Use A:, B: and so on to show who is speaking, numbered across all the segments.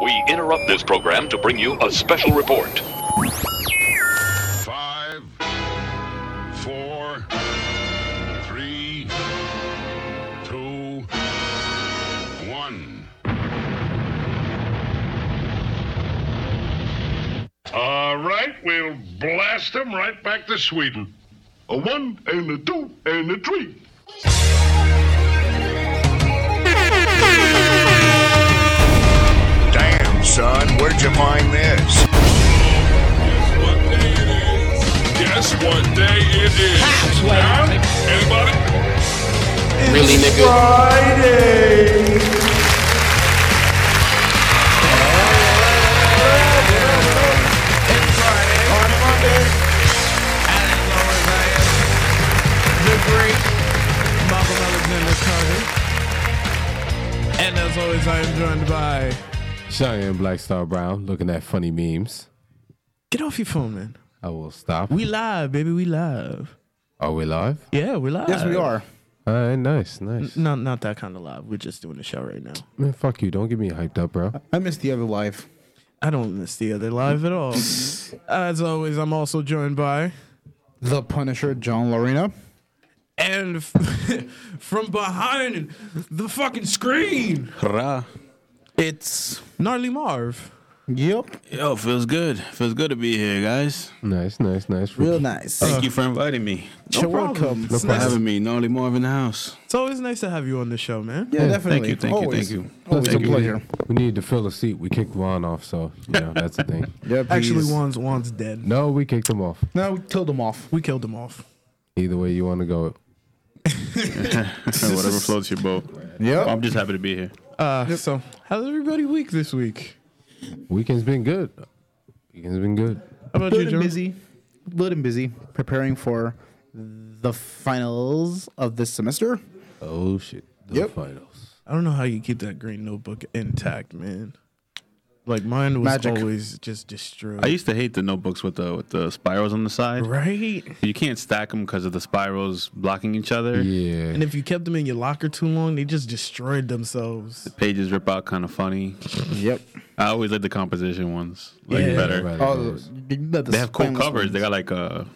A: We interrupt this program to bring you a special report.
B: Five, four, three, two, one. All right, we'll blast them right back to Sweden. A one and a two and a three.
C: Damn, son, where'd you find this?
B: Guess what day it is? Anybody?
D: Really, nigga?
E: the great Malcolm Alexander Carter. And as always, I am joined by.
F: Cheyenne Black Star Brown looking at funny memes.
E: Get off your phone, man.
F: I will stop.
E: We live, baby. We live.
F: Are we live?
E: Yeah, we live.
G: Yes, we are.
F: All right, nice, nice.
E: No, not that kind of live. We're just doing the show right now.
F: Man, fuck you. Don't get me hyped up, bro.
G: I missed the other life.
E: I don't miss the other live at all.
G: Mm-hmm.
E: as always, I'm also joined by
G: The Punisher, John Lorena.
E: and f- from behind the fucking screen,
H: It's
E: Gnarly Marv.
G: Yep.
H: yo, feels good. Feels good to be here, guys.
F: Nice, nice, nice.
G: Real nice.
H: Thank you for inviting me.
G: You're welcome.
E: Uh, It's,
H: For
E: nice-
H: having me, Gnarly Marv in the house.
E: it's always nice to have you on the show, man.
G: Yeah, definitely.
H: Thank you, thank
G: Always.
H: you, thank you.
G: Always
F: Thank
G: a
F: you.
G: pleasure.
F: We needed to fill a seat. We kicked Juan off, so you know that's the thing.
G: Yeah,
E: Actually,
G: please.
E: Juan's Juan's dead.
F: No, we kicked him off.
G: No, we killed him off.
E: We killed him off.
F: Either way you want to go.
H: Whatever floats your boat.
G: Yep.
H: I'm just happy to be here.
E: Uh, so how's everybody week this week?
F: Weekend's been good. Weekend's been good.
E: How about
G: Good
E: you,
G: and
E: John?
G: busy. Good and busy. Preparing for the finals of this semester.
F: Oh shit. The
G: Yep.
F: finals.
E: I don't know how you keep that green notebook intact, man. Like mine was
G: Magic.
E: always just destroyed.
H: I used to hate the notebooks with the with the spirals on the side.
E: right?
H: You can't stack them because of the spirals blocking each other.
F: Yeah.
E: And if you kept them in your locker too long, they just destroyed themselves.
H: Pages rip out kind of funny.
G: Yep.
H: I always like the composition ones, like
E: Yeah.
H: better.
F: Everybody
G: Oh,
F: goes.
G: the,
H: They have cool covers. They got like a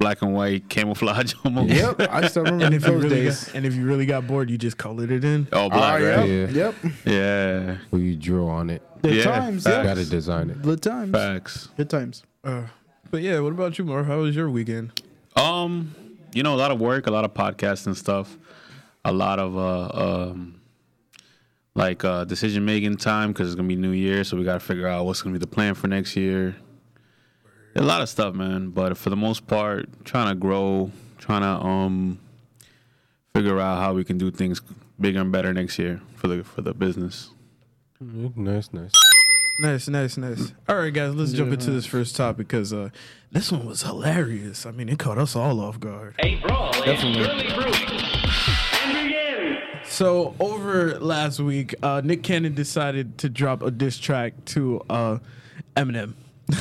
H: black and white camouflage almost.
G: Yep. I still
E: And
G: remember
E: if you
G: those
E: really
G: days.
E: got, and if you really got bored, you just colored it in.
H: All black,
G: Ah,
H: right?
G: yep.
F: Yeah.
G: Yep.
H: Yeah.
F: Well, you draw on it.
G: The
H: Yeah,
G: times.
H: facts.
G: Yeah.
F: Got to design it.
G: The times.
H: Facts.
G: Good times.
E: Uh, but yeah, what about you, Marv? How was your weekend?
H: Um, you know, a lot of work, a lot of podcasts and stuff, a lot of uh, um, like uh, decision making time because it's gonna be New Year, so we gotta figure out what's gonna be the plan for next year. A lot of stuff, man. But for the most part, trying to grow, trying to um, figure out how we can do things bigger and better next year for the for the business.
F: Nice, nice.
E: Nice, nice, nice. All right, guys, let's jump into this first topic because uh, this one was hilarious. I mean, it caught us all off guard.
I: A brawl Definitely. is surely brewing. And begin.
E: So over last week, uh, Nick Cannon decided to drop a diss track to uh, Eminem.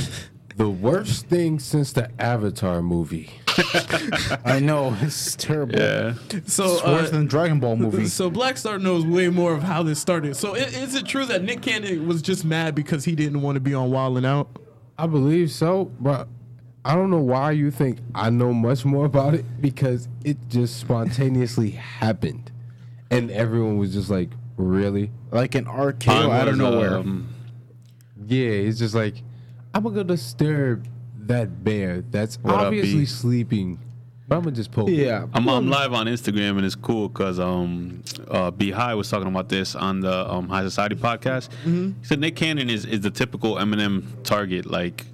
F: The worst thing since the Avatar movie.
G: I know. It's terrible.
H: Yeah,
E: So
G: It's worse
E: uh,
G: than Dragon Ball movie.
E: so Black Star knows way more of how this started. So i- is it true that Nick Cannon was just mad because he didn't want to be on Wildin' Out?
F: I believe so, but I don't know why you think I know much more about it because it just spontaneously happened, and everyone was just like, "Really?
G: like an RKO out of
H: was,
G: nowhere.
H: um,
F: Yeah." It's just like, "I'm gonna disturb that bear that's
H: What up,
F: obviously
H: B?
F: sleeping, but I'm gonna just poke." it."
G: yeah.
H: I'm, I'm live on Instagram and it's cool because um, uh, B High was talking about this on the um, High Society podcast. He said Nick Cannon is, is the typical Eminem target. Like,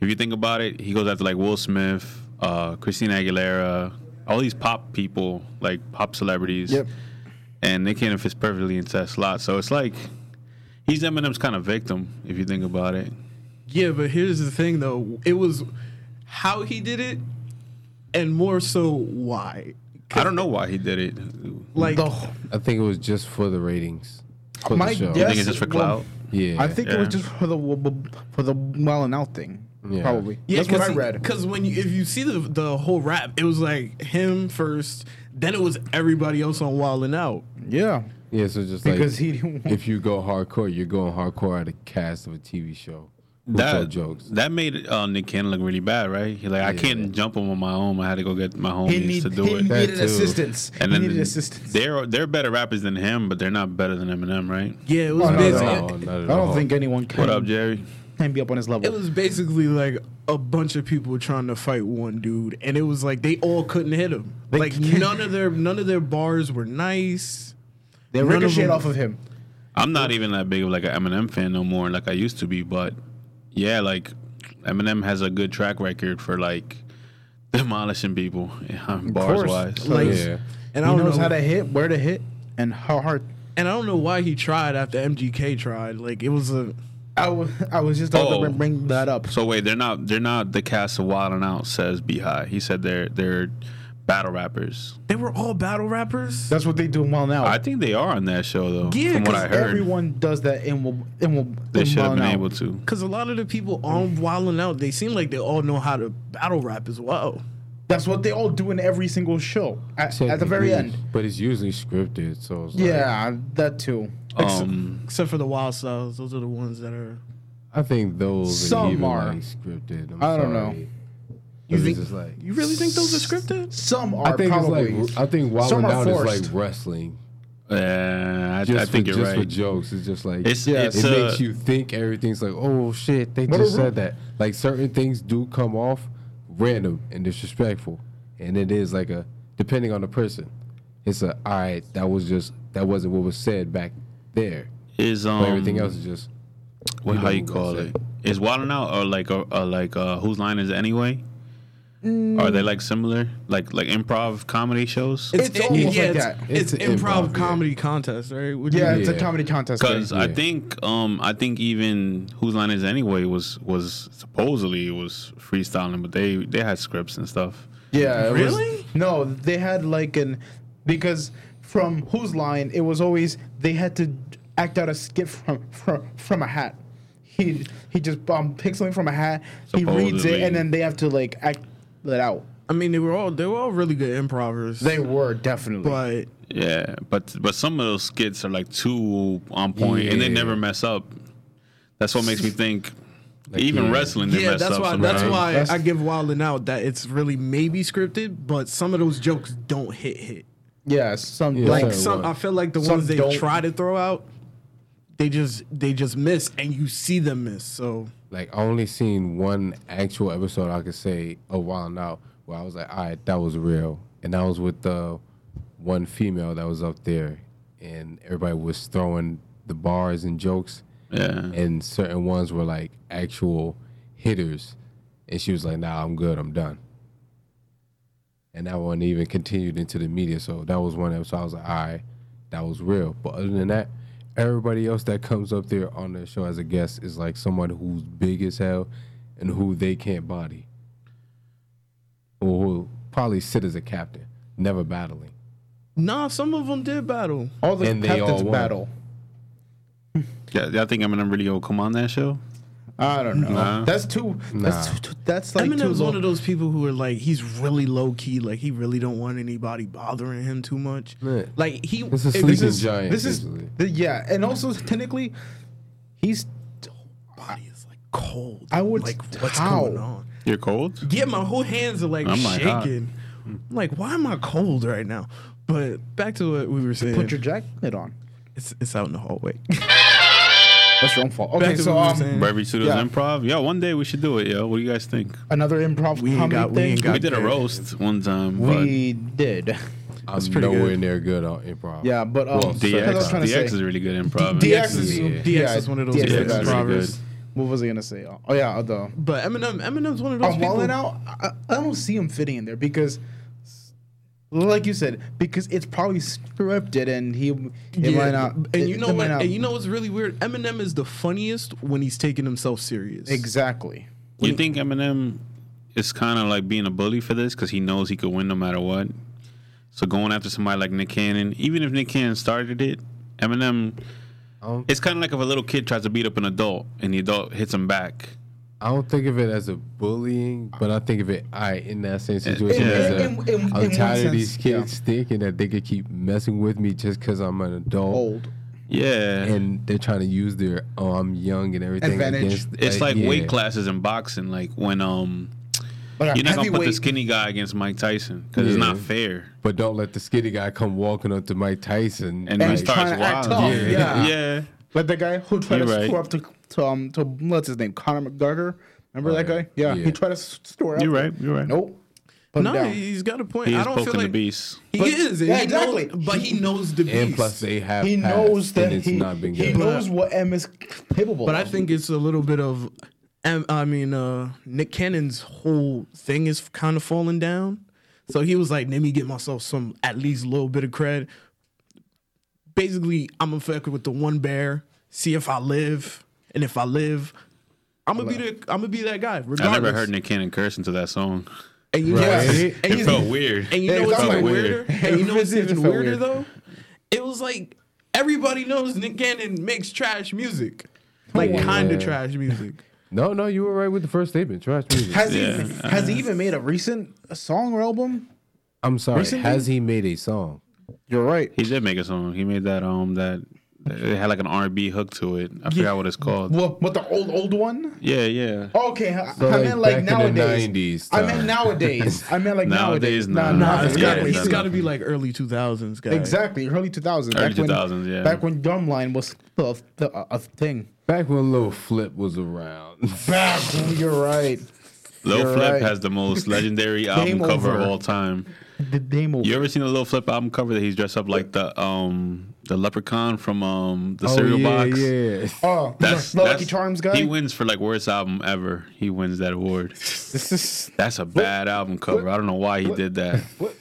H: if you think about it, he goes after like Will Smith, uh, Christina Aguilera, all these pop people, like pop celebrities.
G: Yep.
H: And Nick Cannon fits perfectly into that slot. So it's like he's Eminem's kind of victim if you think about it.
E: Yeah, but here's the thing though. It was how he did it, and more so why.
H: I don't know why he did it.
E: Like
G: The wh-
F: I think it was just for the ratings. For
G: My
F: the show.
H: I
G: guess-
H: think it's just for
G: Well,
H: clout.
F: yeah.
G: I think it was
H: Yeah.
G: just for the w- w- for the well and out thing.
F: Yeah.
G: Probably.
E: Yeah,
G: That's what I read.
E: Because when you, if you see the the whole rap, it was like him first, then it was everybody else on Wildin' Out.
G: Yeah.
F: Yeah, so just
G: Because
F: like
G: he didn't want-
F: if you go hardcore, you're going hardcore at a cast of a TV show. Who
H: That
F: told jokes.
H: that made uh, Nick Cannon look really bad, right? He, like I
F: Yeah.
H: can't jump him on my own. I had to go get my homies
G: He, need,
H: to do
G: he
H: it.
F: That
G: needed
F: too.
G: assistance. he
H: and then
G: needed assistance.
H: they're they're better rappers than him, but they're not better than Eminem, right?
E: Yeah, it was
G: Oh,
F: Not at
E: busy.
F: all, not
G: I
F: at
G: don't
F: all.
G: think anyone can,
H: What up, Jerry?
G: can be up on his level.
E: It was basically like a bunch of people trying to fight one dude, and it was like they all couldn't hit him.
G: They
E: like
G: can't-
E: none of their none of their bars were nice.
G: they
E: none of
G: ricocheted
E: them-
G: off of him.
H: I'm not even that big of like an Eminem fan no more, like I used to be. But yeah, like Eminem has a good track record for like demolishing people bars
G: course.
H: wise.
E: Like,
F: yeah.
E: and I
G: He
E: don't
G: knows
E: know
G: how to hit, where to hit, and how hard.
E: and I don't know why he tried after MGK tried. Like it was a
G: I wa- I was just about to
H: Oh.
G: bring- bring that up.
H: So wait, they're not they're not the cast of Wild and Out says Be High. He said they're they're battle rappers.
E: they were all battle rappers.
G: That's what they do well now.
H: I think they are on that show though.
E: Yeah,
H: from what
E: 'cause
H: I heard,
G: Everyone does that in will in will.
H: they
G: in
H: should have
G: well
H: been
G: now.
H: able to.
E: Cause a lot of the people on Wildin' Out, they seem like they all know how to battle rap as well.
G: That's what they all do in every single show. At, at the very end.
F: Technically, But it's usually scripted, so it's like,
G: Yeah, that too.
H: Um,
E: Except for the Wild Styles, those are the ones that are.
F: I think those
G: Some
F: are even
G: are.
F: like scripted. I'm
G: I
F: sorry.
G: don't know.
F: You
G: think-
F: it's like
E: You really think those are scripted?
G: Some
F: I
G: are
F: think
G: probably.
F: it's like I think Wild
G: Some
F: and
G: are
F: Out is
G: forced.
F: like wrestling.
H: yeah, I,
F: Just
H: I think
F: for,
H: you're
F: just for
H: right.
F: jokes, it's just like
H: It's
G: Yeah,
H: it's
F: it
H: uh,
F: makes you think everything's like, oh shit, they
G: What
F: just
G: a
F: said that. Like certain things do come off random and disrespectful, and it is like a depending on the person. It's a all right. That was just that wasn't what was said back there.
H: is um
F: But everything else is just
H: what,
F: you
H: how
F: know
H: you
F: what I'm
H: call
F: gonna
H: it? Is Wild and Out or like uh, uh, like uh, whose line is it anyway? Are they like similar, like like improv comedy shows?
G: It's almost like
E: it's,
G: that.
E: It's,
F: It's
E: improv,
F: improv, yeah.
E: comedy contest, right? Would you-
G: Yeah, it's a
F: Yeah.
G: comedy contest.
H: Because
G: thing.
H: I
F: Yeah.
H: think um I think even whose line is it anyway was was supposedly was freestyling, but they they had scripts and stuff.
G: Yeah. it was-
E: Really?
G: no, they had like an because from whose line it was always they had to act out a skit from from from a hat. He he just um picks something from a hat. He reads it
H: Supposedly.
G: and then they have to like act that out.
E: I mean, they were all they were all really good improvers.
G: They were definitely.
E: but
H: Yeah, but but some of those skits are like too on point, and they
F: Yeah.
H: never mess up. That's what makes me think. even
F: yeah.
H: wrestling, they
E: yeah,
H: mess
E: that's
H: up.
E: why
H: sometimes.
E: that's why
G: That's-
E: I give Wildin' Out that it's really maybe scripted, but some of those jokes don't hit hit.
G: yeah, some
F: Yeah,
G: like
F: so-
G: some
E: Some I feel like the
G: Some
E: ones they
G: don't.
E: try to throw out, they just they just miss, and you see them miss. So
F: like I only seen one actual episode I could say a while now where I was like, all right, that was real, and that was with the one female that was up there, and everybody was throwing the bars and jokes,
E: Uh-huh.
H: Yeah.
F: and certain ones were like actual hitters, and she was like, nah, I'm good, I'm done, and that one even continued into the media, so that was one episode I was like, all right, that was real, but other than that. Everybody else that comes up there on the show as a guest is like someone who's big as hell and who they can't body. Or who probably sit as a captain, never battling.
E: nah, some of them did battle.
G: all the
F: and they all
G: captains
F: won.
G: battle.
H: Yeah, y'all think Eminem really gonna come on that show?
G: I don't know.
H: Nah.
G: That's too. That's too, that's like too
E: Eminem's
G: low.
E: one of those people who are like he's really low key, like he really don't want anybody bothering him too much.
F: Right.
E: Like he,
F: It's a
E: if-
F: sleeping
G: This is
F: giant.
G: this is
F: basically.
G: th- yeah, and also technically, he's
E: body is like cold.
G: I would-
E: like what's
G: how?
E: going on.
H: You're cold.
E: Yeah, my whole hands are like
H: I'm, like,
E: shaking.
H: hot.
E: I'm like, why am I cold right now? But back to what we were saying.
G: put your jacket on.
E: it's, it's out in the hallway.
G: That's your own fault.
E: Back
G: Okay,
E: to
G: so
E: what we were
G: um,
E: saying.
H: Brevery Studios
G: Yeah.
H: Improv. Yeah, one day we should do it. Yo, what do you guys think?
G: another improv
E: We ain't
G: comedy
E: got- we
G: thing.
E: ain't got-
H: We did a
E: Okay.
H: roast one time,
G: We did.
F: I'm
E: pretty
F: nowhere
E: good.
F: near good on improv.
G: Yeah, but um,
F: Well,
H: but
G: so that's what I was
H: DX,
G: trying to
H: DX
G: say.
H: is really good improv.
G: D-
E: DX is
F: Yeah.
E: DX is one of those
G: DX
H: DX
E: big
G: is really
E: improvers.
G: What was I gonna say? Oh yeah, the
E: But Eminem, Eminem's one of those
G: on
E: people.
G: Wallin out. I, I don't see him fitting in there because, like you said, because it's probably scripted and he it
E: Yeah,
G: might not.
E: And
G: it-
E: you
G: it
E: know
G: might
E: what?
G: not-
E: And you know what's really weird? Eminem is the funniest when he's taking himself serious.
G: exactly.
H: You think Eminem is kind of like being a bully for this because he knows he could win no matter what. So going after somebody like Nick Cannon, even if Nick Cannon started it, Eminem,
F: Um,
H: it's kind of like if a little kid tries to beat up an adult and the adult hits him back.
F: I don't think of it as a bullying, but I think of it, I in that same situation.
G: In-
F: as a,
G: in- in- in
F: I'm
G: one
F: tired of
G: sense,
F: these kids thinking that they could keep messing with me just because I'm an adult,
G: Old.
H: Yeah.
F: and they're trying to use their oh I'm young and everything
G: Advantage.
F: against.
H: it's like
F: uh, yeah.
H: weight classes in boxing. Like when um,
G: But
H: you're not gonna put the
G: heavyweight-
H: skinny guy against Mike Tyson because it's
F: Yeah.
H: not fair.
F: But don't let the skinny guy come walking up to Mike Tyson.
H: And, he
G: he's
H: starts
G: trying to act
H: wild.
G: tough,
H: Yeah.
G: yeah.
H: yeah.
G: Like the guy who tried
H: You're
G: to
H: right.
G: score up to, to um to what's his name Conor McGregor. Remember
F: Oh,
G: that
F: yeah.
G: guy? Yeah,
F: Yeah.
G: he tried to s- store up.
H: You're right. You're right.
G: Nope. Put him
E: No,
G: down.
E: he's got a point.
H: He
E: I
H: is
E: don't feel
H: poking
E: like
H: the beast.
E: he
G: But-
E: is.
G: Yeah,
E: He know-
G: exactly.
E: but he knows the beast.
F: And plus, they have
G: he
F: passed,
G: knows that
F: and it's
G: he,
F: not been
G: he
F: good.
G: knows what M is capable.
E: But I
G: of.
E: think it's a little bit of, um, I mean, uh, Nick Cannon's whole thing is kind of falling down. So he was like, let me get myself some at least a little bit of cred. Basically, I'm infected with the one bear. See if I live, and if I live, I'm gonna be the I'm gonna be that guy. Regardless.
H: I never heard Nick Cannon curse into that song.
E: And you
G: Right.
E: and
H: It
E: you-
H: felt weird.
E: And you know
G: It
E: what's
G: felt
E: even
G: weird.
E: weirder? And you know what's
G: It
E: even
G: felt
E: weirder
G: weird.
E: though? It was like everybody knows Nick Cannon makes trash music, like
F: Yeah.
E: kind of trash music.
F: No, no, you were right with the first statement. Trash music.
G: has
H: Yeah.
G: he has he even made a recent song or album?
F: I'm sorry.
G: Recently-
F: Has he made a song?
G: You're right.
H: He did make a song. He made that um that it had like an R&B hook to it. I forgot what it's called.
G: What what the old old one?
H: Yeah, yeah.
G: Okay, I,
F: So,
G: I
F: like,
G: meant like
F: back in the
G: nowadays.
F: 90s
G: I
F: time.
G: meant nowadays. I meant like nowadays.
H: Nowadays, nah. Nah,
G: nah,
E: It's
H: it's
E: gotta,
H: Yeah,
E: it's
H: not
E: gotta be like early 2000s, guys.
G: Exactly, early 2000s.
H: Early
G: back when-
H: 2000s, yeah.
G: Back when drumline was the, the a, a thing.
F: Back when Lil Flip was around.
G: Back, you're right.
H: Lil
G: You're
H: Flip
G: right.
H: has the most legendary album
G: Game
H: cover of
G: over.
H: all time.
G: The demo.
H: You ever seen the Lil Flip album cover that he's dressed up like the um the leprechaun from um the cereal
F: yeah,
H: box?
F: yeah.
G: Oh,
H: That's,
G: the Oh, Lucky
H: that's-
G: Charms guy.
H: He wins for like worst album ever. He wins that award.
G: This is.
H: That's a bad album cover. I don't know why he did that.
G: What?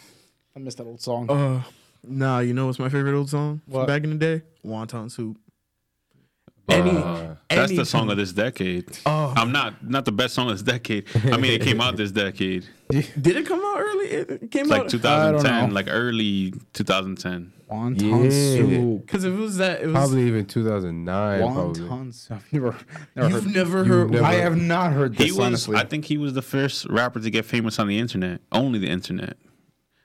G: I missed that old song.
E: Uh, nah, you know what's my favorite old song from
G: What?
E: back in the day? Wonton Soup. Any,
H: That's
E: any
H: the song of this decade.
E: Oh.
H: I'm not not the best song of this decade. I mean, it came out this decade,
E: Did it come out early? It came
H: It's like
E: out
H: 2010, like early 2010.
G: Wonton
F: Yeah.
G: soup.
E: because if it was that, it was.
F: Probably even 2009. Probably.
G: Wonton soup. I've never, never
E: You've
G: heard.
E: never
F: You've
E: heard.
F: never-
G: I have not heard
H: He
G: this.
H: was,
G: honestly,
H: I think, he was the first rapper to get famous on the internet, only the internet.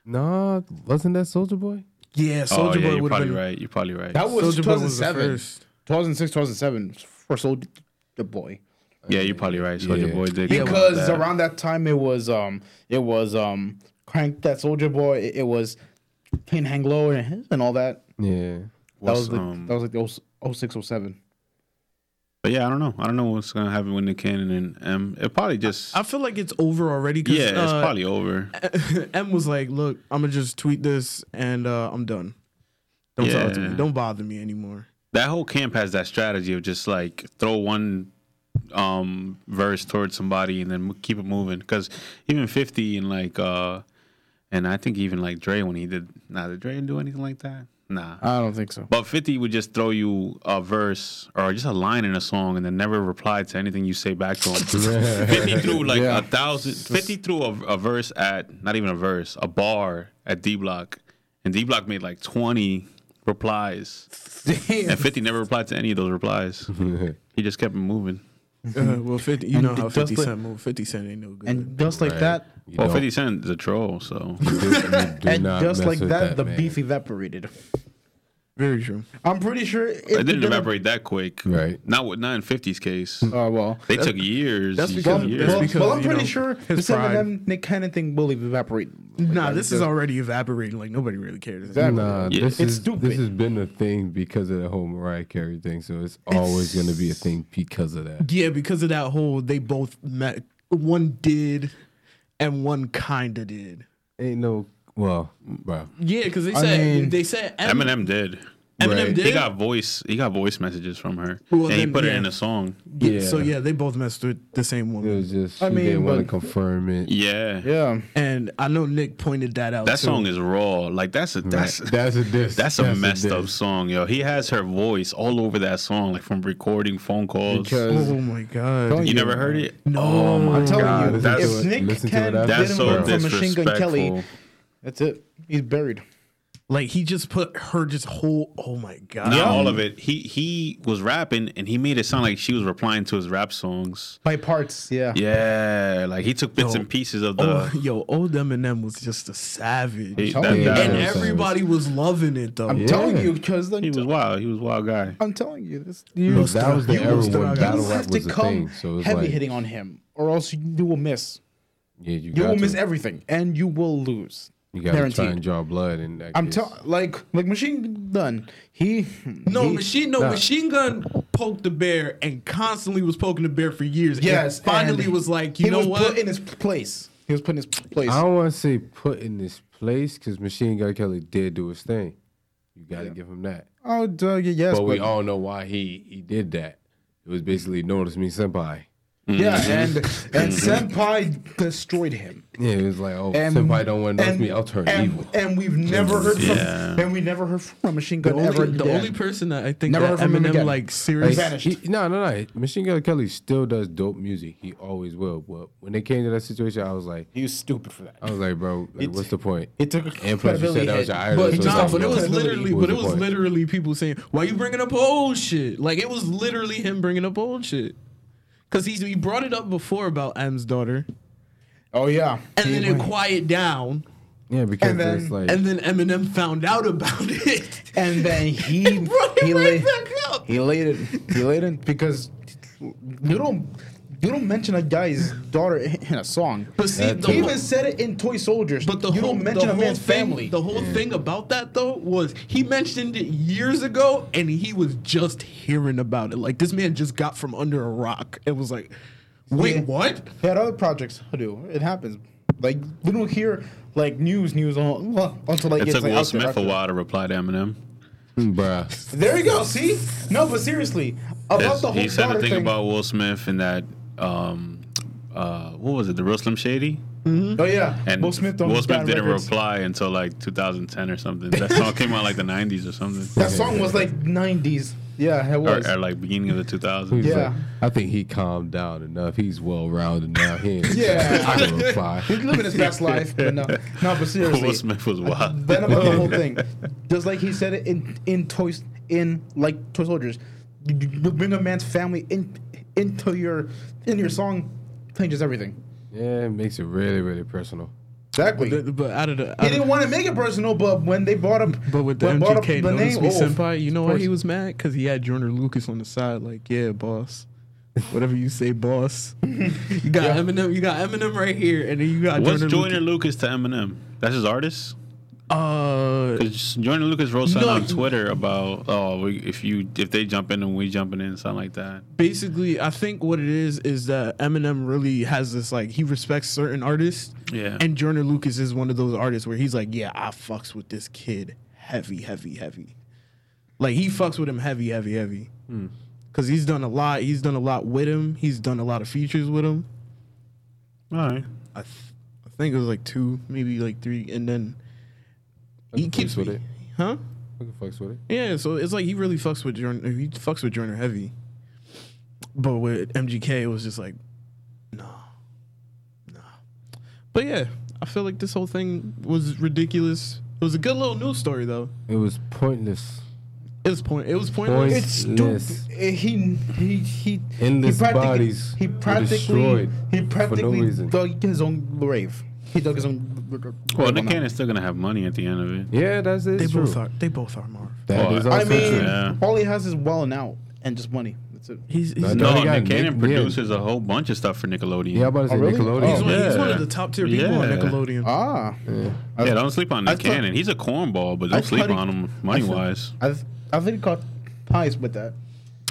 F: Nah, wasn't that Soldier Boy?
E: Yeah,
H: oh
E: Soldier
H: yeah,
E: Boy
H: you're
E: would have
H: probably
E: been.
H: right. You're probably right.
G: that was
E: Soulja Boy was the
G: 2007,
E: first.
G: 2006, 2007 for Soldier Boy.
H: yeah, you're probably right. Soldier
F: Yeah.
H: Boy did come out
G: because
H: that.
G: around that time it was um it was um crank that soldier boy it, it was plain hang low and, and all that
F: Yeah.
G: that
H: What's,
G: was the,
H: um,
G: that was like the oh, 0- 06 07
H: But yeah, I don't know. I don't know what's gonna happen with Nick Cannon and M. It probably just
E: I feel like it's over already. 'cause,
H: yeah, it's
E: uh,
H: probably over.
E: M was like, "Look, I'm gonna just tweet this and uh, I'm done. Don't talk to
H: Yeah.
E: me. Don't bother me anymore."
H: That whole camp has that strategy of just like throw one um verse towards somebody and then keep it moving. Because even Fifty and like uh and I think even like Dre when he did nah did Dre do anything like that? Nah.
G: i don't think so
H: but 50 would just throw you a verse or just a line in a song and then never reply to anything you say back to him. 50 threw like a thousand. 50 threw a, a verse at not even a verse, a bar at D Block, and D Block made like 20 replies, and 50 never replied to any of those replies. he just kept moving.
E: Uh, well, 50, you
G: And
E: know how
G: just
E: 50
G: like-
E: Cent moved. 50 Cent ain't no good.
G: and just like
F: Right.
G: that
F: You
H: Well,
F: don't-
H: 50 Cent is a troll, so
F: you do- you do
G: and
F: not
G: just
F: mess
G: like
F: with
G: that, the
F: man.
G: beef evaporated
E: Very true.
G: i'm pretty sure it
H: it didn't evaporate that quick.
F: Right.
H: Not with not in 50's case.
G: oh well
H: They took years.
E: that's
H: you
E: because-
H: took
G: well,
H: years.
G: well,
E: because,
G: well, I'm
E: you
G: pretty
E: know,
G: sure
E: his
G: this
E: pride.
G: Eminem Nick Cannon thing will evaporate.
E: Nah, this is already evaporating. Like nobody really cares.
G: Exactly.
F: Nah,
H: Yeah.
F: this
H: It's
F: is
G: stupid.
F: this has been a thing because of the whole Mariah Carey thing, so it's always going to be a thing because of that.
E: Yeah, because of that whole they both met. One did, and one kinda did.
F: Ain't no, well, bro,
E: Yeah, because they
G: I
E: said
G: mean,
E: they said M- Eminem,
H: Eminem did.
F: Right.
E: did.
H: He got voice. He got voice messages from her,
E: Well,
H: and he
E: then,
H: put it
E: yeah.
H: in a song.
E: yeah. So
F: yeah.
E: yeah, they both messed with the same
F: it
E: woman.
F: was just
G: I
F: she didn't
G: mean,
F: want to
G: but-
F: confirm it.
H: Yeah,
G: Yeah.
E: And I know Nick pointed that out.
H: that
E: too.
H: song is raw. Like that's a that's
F: Right. That's a diss.
H: that's a messed up
F: diss.
H: song, yo. He has her voice all over that song, like from recording phone calls.
F: Because
E: Oh my god.
H: you never heard it?
E: No.
H: Oh my
G: I'm telling
H: god,
G: you,
H: that's
G: if Nick
F: listen to it
G: Cannon
F: after.
G: didn't
H: that's so
G: work for Machine
H: disrespectful.
G: Gun Kelly, that's it. He's buried.
E: Like he just put her just whole. Oh my god.
H: Not all of it. He he was rapping and he made it sound like she was replying to his rap songs.
G: by parts. Yeah.
H: Yeah, like he took bits
E: Yo.
H: and pieces of
E: Oh,
H: the.
E: yo, old Eminem was just a savage,
H: he,
G: I'm
H: that-
G: telling you,
H: that
E: and
F: was
H: was-
F: every-
E: everybody was loving it though.
G: I'm
F: Yeah.
G: telling you because
H: he was wild. He was a wild guy.
G: I'm telling you this. You,
F: But that was the
E: You
F: era
E: was
F: when
E: the- you
F: battle
G: you
F: rap
G: have to
F: was the
G: come
F: thing. So it's
G: heavy
F: like,
G: hitting on him, or else you, you will miss.
F: yeah, you,
G: You
F: got
G: will miss
F: to,
G: everything, and you will lose.
F: You got to try
G: guaranteed.
F: and draw blood. And that
G: I'm
F: case.
G: telling, like, like Machine Gun. He hmm,
E: No,
G: he-
E: machine. No, machine gun poked the bear and constantly was poking the bear for years. and
G: Yes,
E: finally
G: and
E: was like, you
G: he
E: know
G: was
E: what?
G: Put in his place. He was put in his place.
F: I don't want to say put in this place because Machine Gun Kelly did do his thing. You got to give him that.
G: Oh, Doug, yes,
F: But we all know why he he did that. It was basically notice me senpai.
G: yeah,
E: Mm-hmm.
G: and and Senpai destroyed him.
F: Yeah, it was like oh
G: And
F: senpai don't want to notice
G: and-
F: me. I'll turn
G: and,
F: evil.
G: And we've never heard from.
H: Yeah.
G: And we never heard from a Machine
E: the
G: Gun
E: only,
G: ever.
E: the
G: again.
E: only person that I think
G: Never
E: that
G: heard from him
E: Eminem
G: again.
E: like
F: Like,
E: serious.
G: vanished.
F: he- no, no, no. Machine Gun Kelly still does dope music. He always will. But when it came to that situation, I was like,
G: He was stupid for that.
F: I was like, bro, like, what's the point?
G: It took a
F: And plus, you said that was your
G: credibility hit.
F: idol.
E: But
F: so it's
E: nah,
F: like,
E: but it
F: yo,
E: was
F: what
E: literally, but
F: was the
E: it was
F: point?
E: literally people saying, "Why you bringing up old shit?" Like it was literally him bringing up old shit. Cause he he brought it up before about M's daughter,
G: Oh yeah.
E: and then it quieted down,
F: Yeah, because
G: And
F: it's
G: then-
F: like,
E: and then Eminem found out about it.
G: And then he
E: brought it
G: he,
E: right
G: laid,
E: back up.
G: he laid it he laid it because you don't you don't mention a guy's daughter in in a song.
E: But see,
F: That
E: the
F: too.
G: he
E: whole-
G: even said it in Toy Soldiers.
E: But the
G: you
E: whole,
G: don't mention
E: the
G: a
E: whole
G: man's
E: thing,
G: family.
E: The whole thing about that though was he mentioned it years ago, and he was just hearing about it. Like this man just got from under a rock and was like, "Wait,
G: Yeah.
E: what?"
G: He had other projects to do. It happens. Like we don't hear like news news on well, until like
H: It
G: like,
H: took Will
G: out there,
H: Smith
G: out
H: a
G: there.
H: while to reply to Eminem.
F: bruh.
G: There you go. See, no, but seriously about
H: It's-
G: the whole
H: he said
G: daughter
H: a thing
G: thing.
H: about Will Smith and that. Um, uh, what was it? The Real Slim Shady.
G: oh yeah,
H: And
G: Will Smith. on
H: Will Smith
G: Bad
H: didn't
G: Records.
H: reply until like 2010 or something. That song came out like the 90s or something,
G: That song was like '90s. Yeah, it was.
H: or, or like beginning of the 2000s.
F: He's
G: Yeah.
F: like, I think he calmed down enough. He's well rounded now. He ain't
G: Yeah.
F: I can reply.
G: He's living his best life, but no, no, but
H: Will
G: seriously,
H: Smith was wild.
G: then about the whole thing, just like he said it in in toys in like toy soldiers, you, you you bring a man's family in into your in your song changes everything.
F: Yeah, it makes it really, really personal.
G: Exactly. He
E: But, but out of the, out of,
G: didn't want to make it personal, but when they brought up,
E: but with the
G: when brought up
E: MGK notice me
G: oh,
E: senpai, you know
G: of
E: why
G: course.
E: he was mad? Cause he had Jordan Lucas on the side, like, "Yeah, boss." Whatever you say, boss. You got Eminem. You got Eminem right here, and then you got
H: What's
E: Jordan.
H: Jordan Lucas to Eminem? That's his artist.
E: Lucas. Uh,
H: 'Cause Jordan Lucas wrote something
E: No,
H: on
E: you-
H: Twitter about oh we, if you if they jump in and we jumping in something like that.
E: basically i think what it is is that eminem really has this like he respects certain artists
H: Yeah.
E: and jordan lucas is one of those artists where he's like yeah i fucks with this kid heavy heavy heavy like he fucks with him heavy heavy heavy because he's done a lot he's done a lot with him he's done a lot of features with him
H: All right.
E: i, th- I think it was like two maybe like three and then he
F: Fucking
E: keeps
F: fucks with it.
E: huh
F: Fucking fucks with it.
E: yeah, so it's like he really fucks with Jordan. He fucks with Jordan heavy. But with MGK, it was just like, no, no. But yeah, I feel like this whole thing was ridiculous. It was a good little news story though.
F: It was pointless.
E: It was point. It was pointless.
F: Pointless.
G: It's stupid.
F: Yes.
G: Eh, He he he.
F: Endless
G: he practically-
F: bodies
G: He
F: were
G: practically
F: destroyed
G: he
F: for no
G: practically
F: reason.
G: dug his own grave. He dug his own. grave
H: Well,
G: on
H: Nick
G: that.
H: Cannon's still gonna have money at the end of it.
F: Yeah, that's it.
E: they
F: It's true.
E: both are. They both are Marv.
F: That
H: Oh,
F: is
H: I
F: also
G: I mean,
F: true.
H: Yeah.
G: all he has is well and out and just money. That's it.
E: He's he's,
F: No,
E: he's
F: no,
H: No,
F: They got
H: Nick Cannon
F: Nick-
H: produces a whole bunch of stuff for Nickelodeon.
F: Yeah, I'm about to say
G: Oh, really?
F: Nickelodeon.
G: Oh,
E: one, Oh, he's one
H: yeah.
E: of the top tier people on
H: Yeah.
E: Nickelodeon.
G: Ah,
H: yeah, don't sleep on Nick
G: I thought-
H: Cannon. He's a cornball, but don't
G: I
H: sleep
G: thought he-
H: on him
G: I
H: money
G: thought-
H: wise.
G: I th- I think he caught ties with that.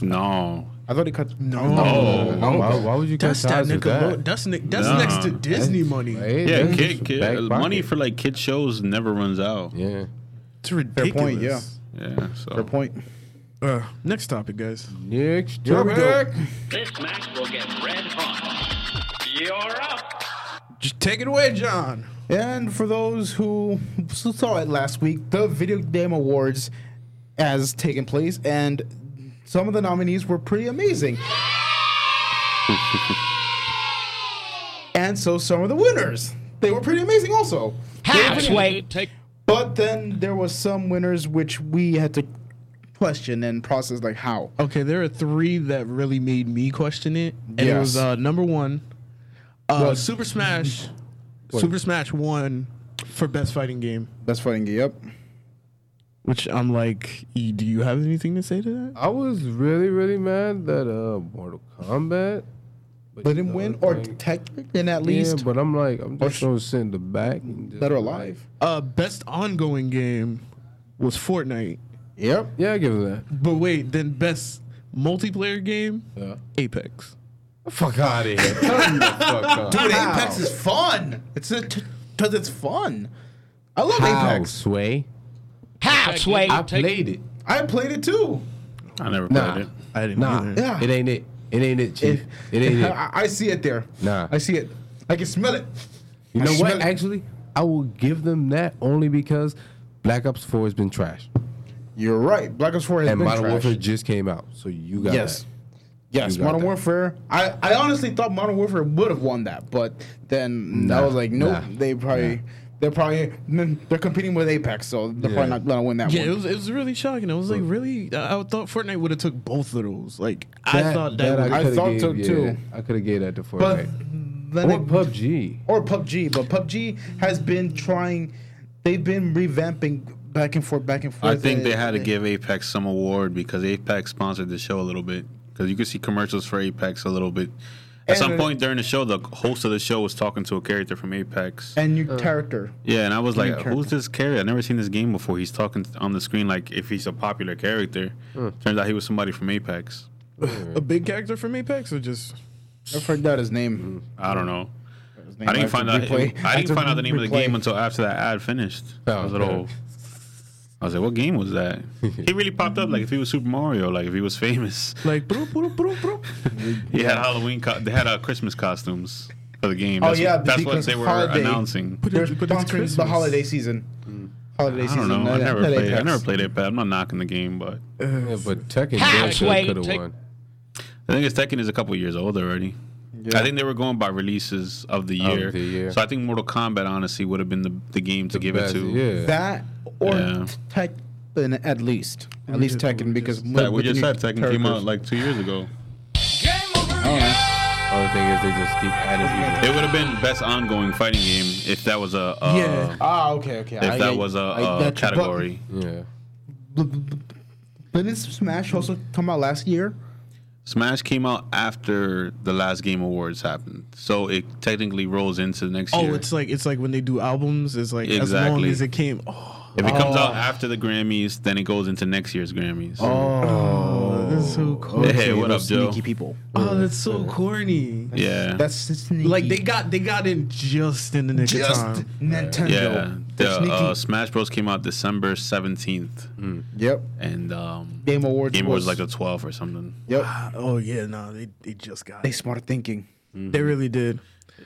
H: No,
G: I thought he caught
E: No.
H: No.
F: Why- why, why would you cut
E: That's that
F: ties with
E: Nickelodeon.
F: that?
E: That's Nick. That's
H: Nah.
E: next to Disney money.
F: Hey,
H: yeah,
F: that's
H: kid,
F: just
H: kid,
F: back
H: money
F: pocket.
H: for like kid shows never runs out. Yeah,
F: Yeah.
E: It's ridiculous.
G: point, yeah.
H: so
G: Fair
H: Oh.
G: point.
E: Uh, next topic, guys.
F: Next
G: Here we go.
F: topic.
I: This match will get red hot. You're up.
E: Just take it away, John.
G: And for those who saw it last week, the Video Game Awards has taken place, and some of the nominees were pretty amazing. and so some of the winners, they were pretty amazing also.
D: Halfway. Take
G: But then there was some winners which we had to question and process like how.
E: Okay, there are three that really made me question it, and it was
G: Yes.
E: uh, number one, uh,
G: Well,
E: Super Smash. Super Smash won for best fighting game,
G: Best fighting game. Yep.
E: which I'm like, E, do you have anything to say to that?
F: I was really, really mad that uh Mortal Kombat
G: Let him win or tech in at least
F: Yeah, but I'm like, I'm just
G: sh-
F: gonna sit in the back. and just
G: that are
F: be like-
G: alive.
E: Uh, best ongoing game was Fortnite,
G: Yep.
F: Yeah, I give it that.
E: but wait, then best multiplayer game, Apex.
F: Fuck out of here. Turn the fuck up.
G: Dude, Apex is fun. It's a t- cause it's fun. I love
F: How,
G: Apex.
F: Sway?
D: How, Sway?
F: I played it.
G: I played it too.
H: I never played
F: Nah.
H: it.
E: I didn't
F: Nah,
E: either.
G: Yeah.
F: it ain't it. It ain't it, Chief.
G: If-
F: It ain't it.
G: I, I see it there.
F: Nah.
G: I see it. I can smell it.
F: You
G: I
F: know
G: smell
F: what?
G: it.
F: Actually, I will give them that only because Black Ops 4 has been trash.
G: You're right. Black Ops 4 has
F: and
G: been
F: Modern
G: trash.
F: Warfare just came out. So you got
G: Yes.
F: that.
G: Yes,
F: You got
G: Modern
F: that.
G: Warfare. I, I honestly thought Modern Warfare would have won that, but then I
F: Nah,
G: was like, nope.
F: nah,
G: they probably they're probably they're competing with Apex, so they're
F: Yeah.
G: probably not gonna win that
E: Yeah, it
G: one.
E: was, it was really shocking. I was like, really? I I thought Fortnite would have took both of those. Like, I
F: That-
E: thought that, would
G: I
F: coulda
G: thought
F: gave,
G: so, too.
F: I could have gave that to
G: But
F: Fortnite.
G: then
F: or
G: it-
F: PUBG.
G: or PUBG, but PUBG has been trying. They've been revamping back and forth, back and forth.
H: I think
G: and-
H: they had to
G: and-
H: give Apex some award because Apex sponsored the show a little bit. Because you could see commercials for Apex a little bit.
G: And
H: At some
G: it-
H: point during the show, the host of the show was talking to a character from Apex.
G: and
E: Uh.
G: your character.
H: yeah, and I was like,
G: character.
H: "Who's this character? I've never seen this game before." He's talking on the screen like if he's a popular character.
G: Hmm.
H: Turns out he was somebody from Apex.
E: a big character from Apex or just
G: I forgot his name.
H: I don't know.
G: His
H: Mm-hmm. I
G: name.
H: didn't
G: have to
H: find out.
G: replay-
H: I
G: have
H: didn't
G: to
H: find out the name of the
G: replay. Oh,
H: game until after that ad finished. I was a
F: okay.
H: little. I was like, "What game was that?" he really popped up like if he was Super Mario, like if he was famous.
E: like broop, broop, broop, broop.
H: He had Halloween. Co- they had uh, Christmas costumes for the game.
G: Oh,
H: That's,
G: yeah,
H: that's what
G: because
H: they were
G: holiday-
H: announcing.
E: Put
G: They're
E: it, put it
G: sponsoring the holiday season. Holiday
H: Mm. I
G: season. uh,
H: don't know. I
G: not-
H: never
G: not
H: played. I
G: Apex.
H: never played it, but I'm not knocking the game. But
F: Yeah, but Tekken
D: Ha, Sway,
F: could have
D: take-
F: won.
H: I think it's Tekken is a couple years old already. I think they were going by releases of the year.
F: the year.
H: So I think Mortal Kombat honestly would have been the, the game to give
F: Best,
H: it to.
F: Yeah.
G: That or
H: Yeah.
G: Tekken at least. At least Tekken because
H: Like
G: with-
H: we
G: with
H: just
G: the new
H: said Tekken came
G: characters.
H: out like two years ago.
F: Other thing is they just keep adding people.
H: It would have been best ongoing fighting game if that was a uh,
E: Yeah.
G: Ah, okay, okay.
H: if
G: I
H: that
G: get-
H: was a,
G: I got
H: uh
G: you, but-
H: category.
F: Yeah.
G: But didn't Smash also come out last year?
H: Smash came out after the last Game Awards happened, so it technically rolls into the next
E: Oh,
H: year.
E: it's like it's like when they do albums. It's like as long
H: Exactly.
E: as it came. Oh,
H: if it comes out after the Grammys, then it goes into next year's Grammys.
G: Oh.
E: Oh, that's so corny.
H: hey, what up,
G: those
H: Joe?
G: Sneaky people.
E: Oh, that's so corny.
H: Yeah,
G: That's sneaky.
E: Like they got they got in just in the nick
G: just
E: of time.
G: Nintendo.
H: yeah.
G: They're
H: The uh, Smash Bros came out December seventeenth,
G: yep.
H: and um,
G: Mm. Game Awards.
H: Game Awards
G: was
H: like the twelfth or something.
G: Yep.
E: Oh yeah, no, they they just got.
G: They
E: It.
G: smart thinking.
E: They really did.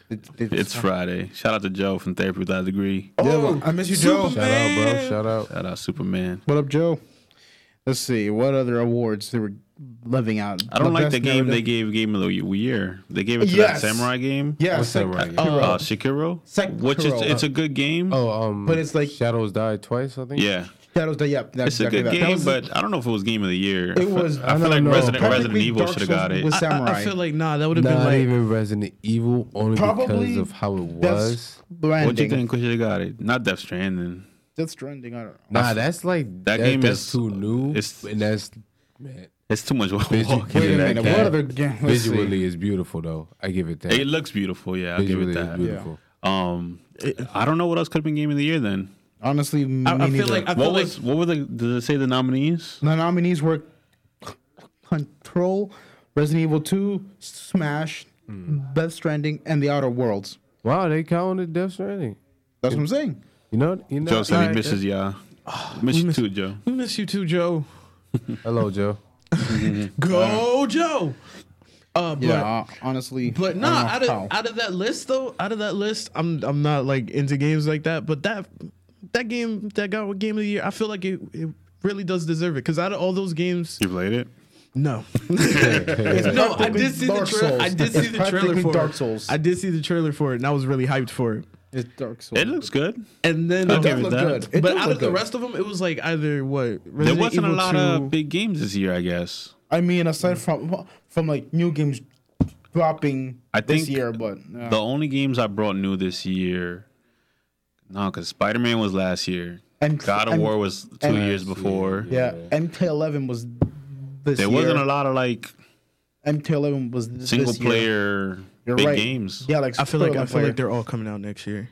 G: They- they-
H: It's Friday. Shout out to Joe from Therapy Without a Degree.
G: Yeah, well, Oh, I miss you, Joe.
F: Shout out, bro. Shout out.
H: Shout out Superman.
G: What up, Joe? Let's see what other awards they were living out.
H: I don't like
G: best
H: the game
G: narrative-
H: they gave Game of the Year. They gave it to
G: Yes.
H: that samurai game.
G: Yeah,
F: What's
G: it's like,
F: that right?
H: Uh, uh, Sekiro,
G: Sekiro.
H: which is it's a good game.
F: Oh, um.
G: But it's like-
F: Shadows died twice. I think.
H: Yeah,
G: that was the yep. That's
H: it's a
G: exactly
H: good
G: that. That
H: game,
G: was-
H: but I don't know if it was Game of the Year. I
G: It
H: fe-
G: was-
H: I,
F: I
H: feel
F: don't
H: like
F: know.
H: Resident, Resident
G: Perfectly
H: Evil
G: Dark
H: should have
G: Souls
H: got it.
G: was-
E: I- I, I
G: Samurai.
E: feel like nah, that would have been
F: Not
E: like
F: even Resident Evil, only because
G: Probably
F: of how it was.
G: that's branding.
H: What do you think? We should have got it. Not Death Stranding.
G: That's trending. I don't know.
F: Nah, that's like
H: That game
F: that's
H: is-
F: too new.
H: it's-
F: and that's man,
H: It's too much walking.
F: Visu-
H: in
G: Wait a
H: that
G: minute.
H: game.
G: What other game? Let's see.
F: visually is beautiful though. I give it that.
H: It looks beautiful. Yeah, I'll give
F: visually
H: it
F: is
H: that.
F: beautiful.
H: Um, I don't know what else could have been Game of the Year then.
G: Honestly, me
E: I, I feel
G: neither.
E: like I feel
H: What
E: like
H: was? What were the? Did it say the nominees?
G: The nominees were Control, Resident Evil 2, Smash,
H: Hmm.
G: Best Stranding, and The Outer Worlds.
F: Wow, they counted Death Stranding.
G: That's what I'm saying.
F: You know, you know.
H: Joe said he
F: I-
H: misses y'all. Miss you too, Joe.
E: uh, ah, we miss you too, Joe.
F: Hello, Joe.
E: Go, Joe. Uh, but
G: Yeah, uh, honestly.
E: But nah,
G: I don't know
E: out of
G: how.
E: out of that list though, out of that list, I'm I'm not like into games like that. But that that game that got game of the year, I feel like it, it really does deserve it. Cause out of all those games,
H: You played it?
E: no, no, I did see the
G: Dark
E: trailer. I
G: Souls.
E: did see
G: It's
E: the trailer
G: practically
E: for
G: Dark
E: it.
G: Souls.
E: I did see the trailer for it, and I was really hyped for it.
G: It's Dark Souls.
H: It looks good.
E: And then,
H: Okay,
G: It does
H: with
G: look
H: that.
G: good. It
E: but
G: does
E: out
G: look
E: of the
G: good.
E: rest of them, it was like either what Resident
H: There wasn't a
E: Evil
H: lot
E: 2,
H: of big games this year, I guess.
G: I mean, aside from from like new games dropping
H: I
G: this
H: think
G: year, but uh, yeah.
H: The only games I brought new this year, no, because Spider Man was last year.
G: And-
H: God of
G: and-
H: War was two
G: and-
H: years before.
G: yeah, MK11 was this
H: There
G: year.
H: wasn't a lot of like
G: MK11 was this
H: single
G: this year.
H: player
G: You're
H: big
G: right.
H: games.
G: Yeah, like
E: I feel like I feel
G: player.
E: like they're all coming out next year.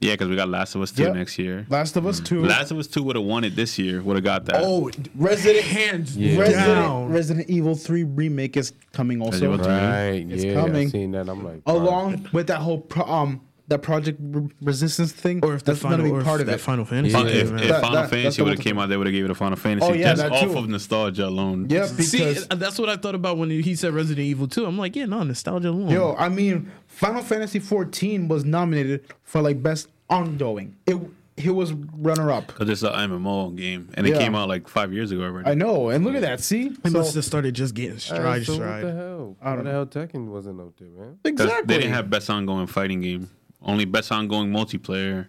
H: Yeah, because we got Last of Us 2
G: Yep.
H: next year.
G: Last of Us Two.
H: Last of Us 2 would have won it this year, would have got that.
G: Oh, Resident
E: hands
G: Resident, Resident Evil 3 remake is coming also.
H: Evil
F: Right.
G: It's
F: yeah.
G: coming.
F: I seen that. I'm like,
G: Along with that whole pro, um that Project Re- Resistance thing,
E: or if the
G: that's
E: final,
G: gonna be
E: or
G: part
E: if
G: of
E: that
G: it.
E: Final Fantasy.
H: Uh,
F: Yeah.
H: if,
E: came
H: if
E: out.
G: That-
H: Final
G: that- that's
H: Fantasy
G: the
H: would have
G: one-
H: came out, they would have gave it a Final Fantasy
G: Oh, yeah,
H: just
G: that
H: off
G: too.
H: of nostalgia alone.
G: yeah, because
E: See, that's what I thought about when he said Resident Evil 2. I'm like, yeah, no, nostalgia alone.
G: yo, I mean, Final Fantasy 14 was nominated for like best ongoing. It it was runner up.
H: Because it's an MMO game, and it
G: Yeah.
H: came out like five years ago already.
G: I know, and look at that. See,
E: I
G: So-
E: must have started just getting stride,
F: so what the
E: stride.
F: hell? What the hell? Tekken wasn't up there, man.
H: That's-
G: exactly.
H: They didn't have best ongoing fighting game. Only best ongoing multiplayer.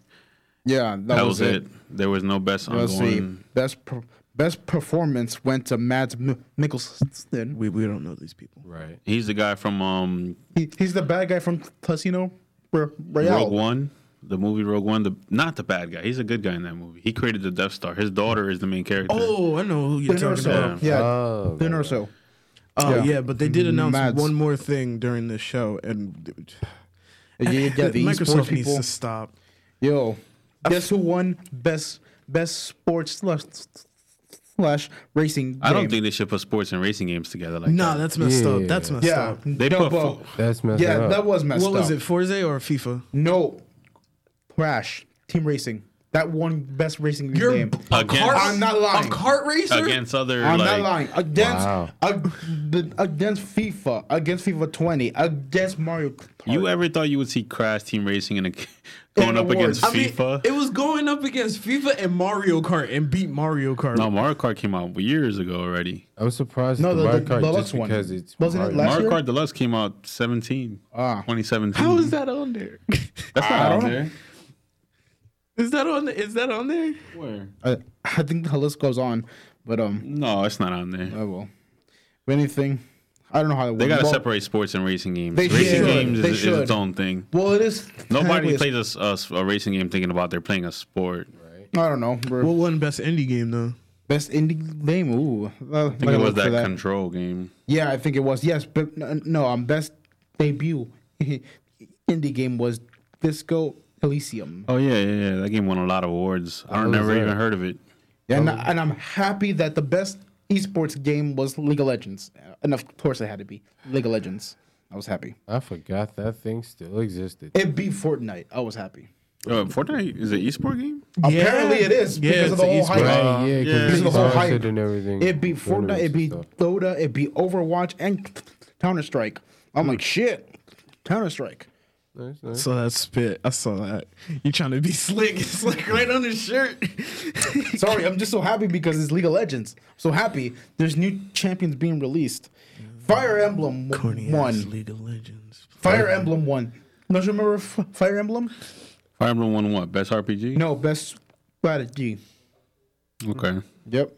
G: yeah, that,
H: That, was, it. There was no best
G: Let's see.
H: ongoing.
G: Best per- best performance went to Mads M- Mikkelsen.
E: We, we don't know these people.
F: Right.
H: He's the guy from um,
G: He, he's the bad guy from Casino R-
H: Rogue
G: Royale.
H: One, the movie Rogue One. The not the bad guy. He's a good guy in that movie. He created the Death Star. His daughter is the main character.
E: Oh, I know who you're
G: Dinner
E: talking
G: so.
E: about.
G: Yeah,
F: Oh,
G: dinner so.
E: Oh, yeah.
G: Yeah.
E: but they did announce
G: Mads.
E: one more thing during this show, and
G: Yeah, yeah the esports
E: Microsoft needs
G: people.
E: to stop.
G: Yo, guess who won best best sports slash slash racing?
H: I don't
G: game?
H: think they should put sports and racing games together like
E: Nah,
H: that.
E: that's messed up.
F: Yeah.
E: That's messed
G: Yeah,
E: up.
H: They
G: no,
H: put
G: but-
H: fu-
F: That's messed
G: yeah,
F: up.
G: that was messed
E: What
G: up.
E: was it, Forza or FIFA?
G: No, Crash Team Racing. That one best racing game.
H: Against- kart-
G: I'm not lying.
E: A kart racer?
H: against other.
G: I'm
H: like,
G: not lying. Against
F: Wow.
G: ag- the- against FIFA, against FIFA 20, against Mario. Kart.
H: You ever thought you would see Crash Team Racing in a going up
G: awards.
H: against
G: I
E: mean,
H: FIFA?
E: it was going up against FIFA and Mario Kart and beat Mario Kart.
H: no, Mario Kart came out years ago already.
F: I'm surprised.
G: No,
F: No,
G: the-
F: the, Mario
G: the
F: Kart
G: deluxe
F: just
G: one.
F: because it's
G: Wasn't it
F: Mario-
G: last-
H: Mario
G: year?
H: Kart Deluxe came out 17,
G: Ah.
H: 2017.
E: How is that on there?
H: That's not out
G: don't-
H: there.
E: Is that on? Is that on there?
H: Where?
G: I, I think the list goes on, but um,
H: No, it's not on there.
G: I will. If anything, I don't know how
H: They
G: Uh,
H: gotta
G: well,
H: separate sports and racing games.
G: They
H: racing
G: should.
H: games
G: They
H: is, is
G: should.
H: its own thing.
G: Well, it is.
H: Nobody
G: technically a
H: plays a s- a, s- a racing game thinking about they're playing a sport.
G: I don't know. We're
E: What won best indie game though?
G: best indie game. Ooh, I
H: I think it was that, control game.
G: yeah, I think it was. Yes, but n- no, um, best debut indie game was Disco Elysium.
H: Oh yeah, yeah, yeah. That game won a lot of awards. I don't
F: was
H: never
F: that?
H: even heard of it. Oh.
G: And and I'm happy that the best esports game was League of Legends, and of course it had to be League of Legends. I was happy.
F: I forgot that thing still existed.
G: It beat Fortnite. I was happy.
H: Uh, Fortnite is an esport game.
G: Apparently it is
E: Yeah,
G: because of
E: it's
G: the whole
E: esports.
G: hype.
F: Right, uh, yeah, 'cause
H: yeah.
F: it's
G: Because of the whole
F: sponsored
G: hype.
F: and everything.
G: It beat Fortnite. It beat
F: Stuff.
G: Dota. It beat Overwatch and Counter Strike. I'm like shit. Counter Strike.
F: Nice, nice.
E: So that spit. I saw that. You trying to be slick? It's like right on his shirt.
G: Sorry, I'm just so happy because it's League of Legends. So happy. There's new champions being released. Fire Emblem
E: Corny ass
G: one.
E: League of Legends.
G: Fire Emblem one. Don't you remember F- Fire Emblem?
H: Fire Emblem won what? Best RPG.
G: No, best strategy.
H: Okay.
G: Yep.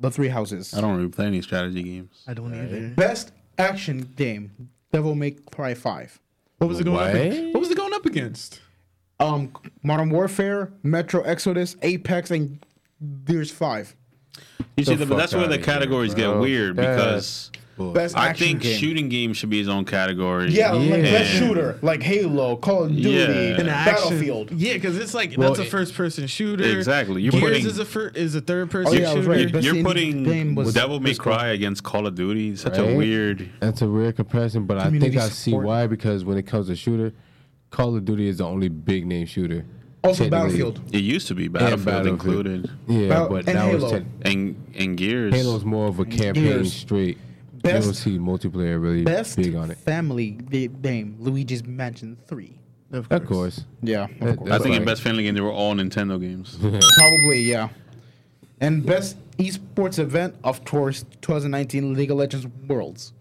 G: The Three Houses.
H: I don't really play any strategy games.
E: I don't either.
G: Best action game. Devil May Cry Five.
E: What was it going up?
F: What?
E: Against? What was it going up against?
G: Um, Modern Warfare, Metro Exodus, Apex, and Gears Five.
H: You see,
F: The
H: but that's
F: fuck
H: where the
F: outta here,
H: categories get
F: bro.
H: weird
F: That's
H: because
G: Best
H: I
G: action
H: think
G: game.
H: shooting game should be its own category.
G: Yeah, like
F: Yeah.
G: best shooter, like Halo, Call of Duty,
H: Yeah.
E: An action-
G: Battlefield.
E: Yeah, because it's like that's a first person shooter.
H: Exactly. You're
E: Gears
H: putting-
E: is a fir- is a third person
G: Oh, yeah, I was
E: shooter.
G: right.
H: You're,
G: Best
H: you're
G: indie
H: putting
G: game was-
H: Devil May
G: was
H: Cry against Call of Duty. Such a
F: Right?
H: weird.
F: That's a rare comparison, but I think
G: Community
F: I see
G: support.
F: why. Because when it comes to shooter, Call of Duty is the only big name shooter.
G: Also
F: technically.
G: Battlefield.
H: It used to be Battlefield,
F: Battlefield.
H: included,
F: Yeah,
G: Well,
F: but
G: and
F: now it's
G: Halo.
F: tech-
H: and and Gears.
F: Halo's more of a campaign
G: Gears.
F: straight.
G: Best-
F: you don't see multiplayer really
G: Best
F: big on it.
G: family ga- game, Luigi's Mansion 3.
E: Of
F: Of course.
G: Yeah, of
F: That-
G: course.
H: I think
F: like-
H: in best family game they were all Nintendo games.
G: Probably, yeah. And best esports event, of course, 2019 League of Legends Worlds.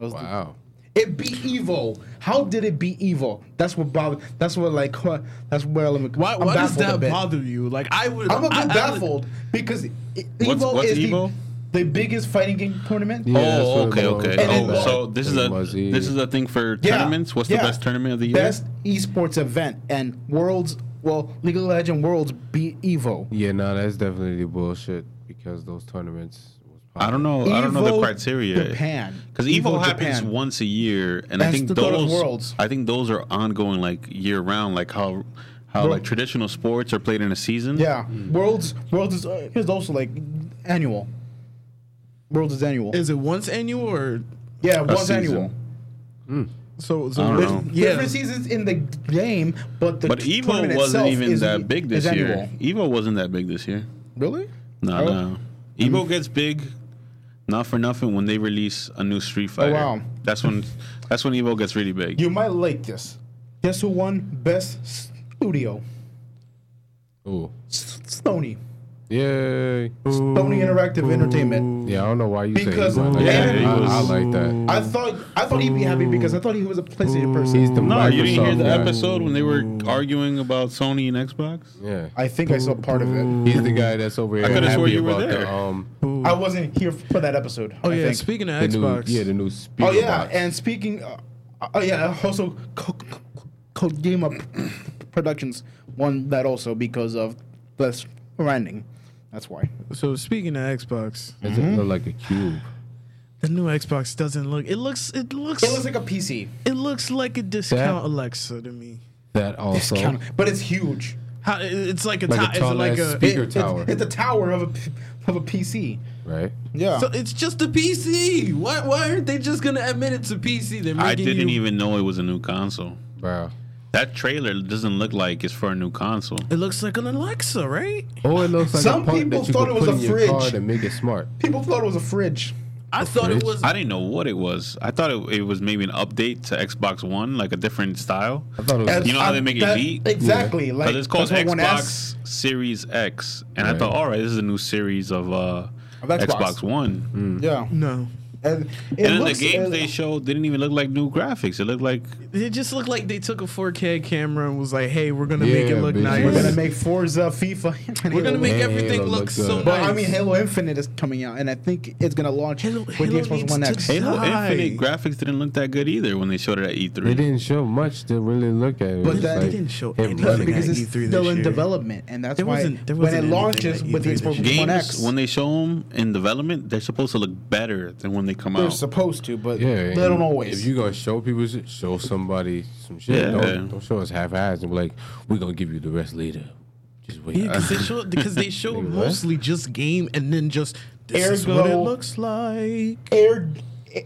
G: That was the-
F: Wow.
G: It beat Evo. How did it beat Evo? That's what bother. That's what like. huh, That's where I'm.
E: Why,
G: I'm
E: why does
G: baffled a
E: that
G: bit.
E: bother you? Like I would.
G: I'm a bit
E: I- I would-
G: baffled because e- Evo
H: What's- what's
G: is
H: Evo?
G: The, the biggest fighting game tournament.
F: Yeah, that's
H: oh,
F: what
H: okay,
F: it was.
H: okay.
G: And it
H: Oh,
G: was-
H: so this is
F: It
H: a
F: was the-
H: this is a thing for
G: Yeah,
H: tournaments. What's
G: yeah.
H: the best tournament of the year?
G: Best esports event and worlds. Well, League of Legends Worlds beat Evo.
F: Yeah, no, that's definitely bullshit because those tournaments. Was
H: I don't know. I don't know
G: Evo,
H: the criteria.
G: Japan.
H: Because Evo,
G: Evo,
H: happens
G: Japan.
H: once a year, and I
G: That's
H: think
G: the God of
H: those
G: Worlds.
H: I think those are ongoing, like year round, like how how
G: Bro-
H: like traditional sports are played in a season.
G: Yeah, Worlds. Worlds is, uh, is also like annual. Worlds is annual.
E: Is it once annual or
G: yeah, Worlds
H: season.
G: annual.
E: so?
H: I
E: so
H: don't
G: There's
H: know.
G: different seasons in the game, but the
H: But
G: t-
H: Evo
G: tournament
H: wasn't
G: itself
H: even
G: is- e-
H: that big
G: is
H: this year.
G: annual.
H: Evo wasn't that big this year.
G: Really?
H: No,
G: Oh.
H: no. Evo gets big, not for nothing. When they release a new Street Fighter,
G: Oh, wow.
H: that's when that's when Evo gets really big.
G: You might like this. Guess who won Best Studio?
F: Ooh.
G: S- Sony.
F: Yay.
G: Sony Interactive Entertainment.
F: Yeah, I don't know why you say
G: Because-
F: he was like
G: Yeah,
F: that.
G: he
F: I, I
H: was-
F: like that.
G: I thought I thought he'd be happy because I thought he was a PlayStation person.
F: He's the
H: no, you didn't hear
F: Microsoft
H: the
F: guy.
H: episode when they were arguing about Sony and Xbox.
F: Yeah.
G: I think I saw part of it.
F: He's the guy that's over here
H: coulda
F: happy
H: swore you were
F: about
H: there.
F: the um
G: I wasn't here for that episode.
E: Oh
G: I
E: yeah.
G: think.
E: Speaking of
F: the new
E: Xbox,
F: yeah the new speaker.
G: oh yeah,
F: box.
G: and speaking. Uh, oh yeah, also Code, Code Game Up Productions won that also because of the branding. That's why.
E: so speaking of Xbox,
F: Does it look like a cube?
E: the new Xbox doesn't look. It looks. It looks.
G: It looks like a PC,
E: It looks like a discount Alexa to me.
F: That also
G: Kinda, but it's huge.
E: How it- it's like a
F: Like a
E: ti- it's
F: tall
E: like
F: ass
E: a
F: speaker. Bigger
G: it's,
F: tower.
G: It's, it's a tower of a p- of a PC.
F: right.
G: Yeah.
E: so it's just a PC. Why why aren't they just gonna admit it's a PC? They're
H: I
E: making
H: didn't
E: you-
H: even know it was a new console.
F: Bro.
H: That trailer doesn't look like it's for a new console.
E: It looks like an Alexa, right?
F: Oh, it looks like
G: Some
F: a pump
G: people
F: that you
G: thought
F: could
G: it was
F: put
G: a
F: in your car
G: fridge.
F: to make it smart.
G: People thought it was a fridge.
E: I thought
F: fridge?
E: it was.
H: I didn't know what it was. I thought it, it was maybe an update to Xbox One, like a different style.
F: I thought it was
G: And
H: You know how they make
G: that-
H: Elite?
G: Exactly. Like
H: but it's called
G: that's what one asks.
H: Xbox Series X, and I
F: Right.
H: thought, all right, this is a new series of, uh,
G: Of
H: Xbox.
G: Xbox.
H: One.
G: Yeah.
E: no.
G: And, it
H: And then the
G: looks-
H: games
G: it-
H: they showed didn't even look like new graphics. It looked like
E: It just looked like they took a 4K camera and was like, "Hey, we're gonna make
F: Yeah,
E: it look
F: bitch.
E: nice.
G: We're gonna make Forza, FIFA. and
E: We're gonna
G: Halo.
E: make
F: Halo
E: everything
F: look
E: look so nice."
F: good.
G: But I mean, Halo Infinite is coming out, and I think it's gonna launch
E: Halo-
G: with
E: Halo
G: the Xbox
E: needs
G: One
E: to
G: X.
E: s-
H: Halo
E: Why?
H: Infinite graphics didn't look that good either when they showed it at E
F: They
H: E3.
F: didn't show much to really look at. It
G: But
F: was
G: that-
F: like
G: they
E: didn't show
F: him
E: anything.
F: running.
G: because
E: at
G: it's
E: E3
G: still
E: this
G: in
E: year.
G: development, and that's
E: There
G: why
E: wasn't- there
G: when
E: wasn't
G: it
E: anything
G: launches
E: at
G: with the
E: E3 this
G: Xbox
E: year.
G: One
H: Games
G: X,
H: when they show them in development, they're supposed to look better than when they come
G: they're
H: out.
G: supposed to, but
F: Yeah,
G: they don't
F: and
G: always.
F: If you gonna show people shit, show somebody some shit.
H: Yeah.
F: Don't, don't show us half-assed and be like, "We're gonna give you the rest later." Just wait.
E: Yeah, because they showed because they showed
F: Nigga, what?
E: mostly just game and then just this is what it
G: Ergo-
E: looks like.
G: Air,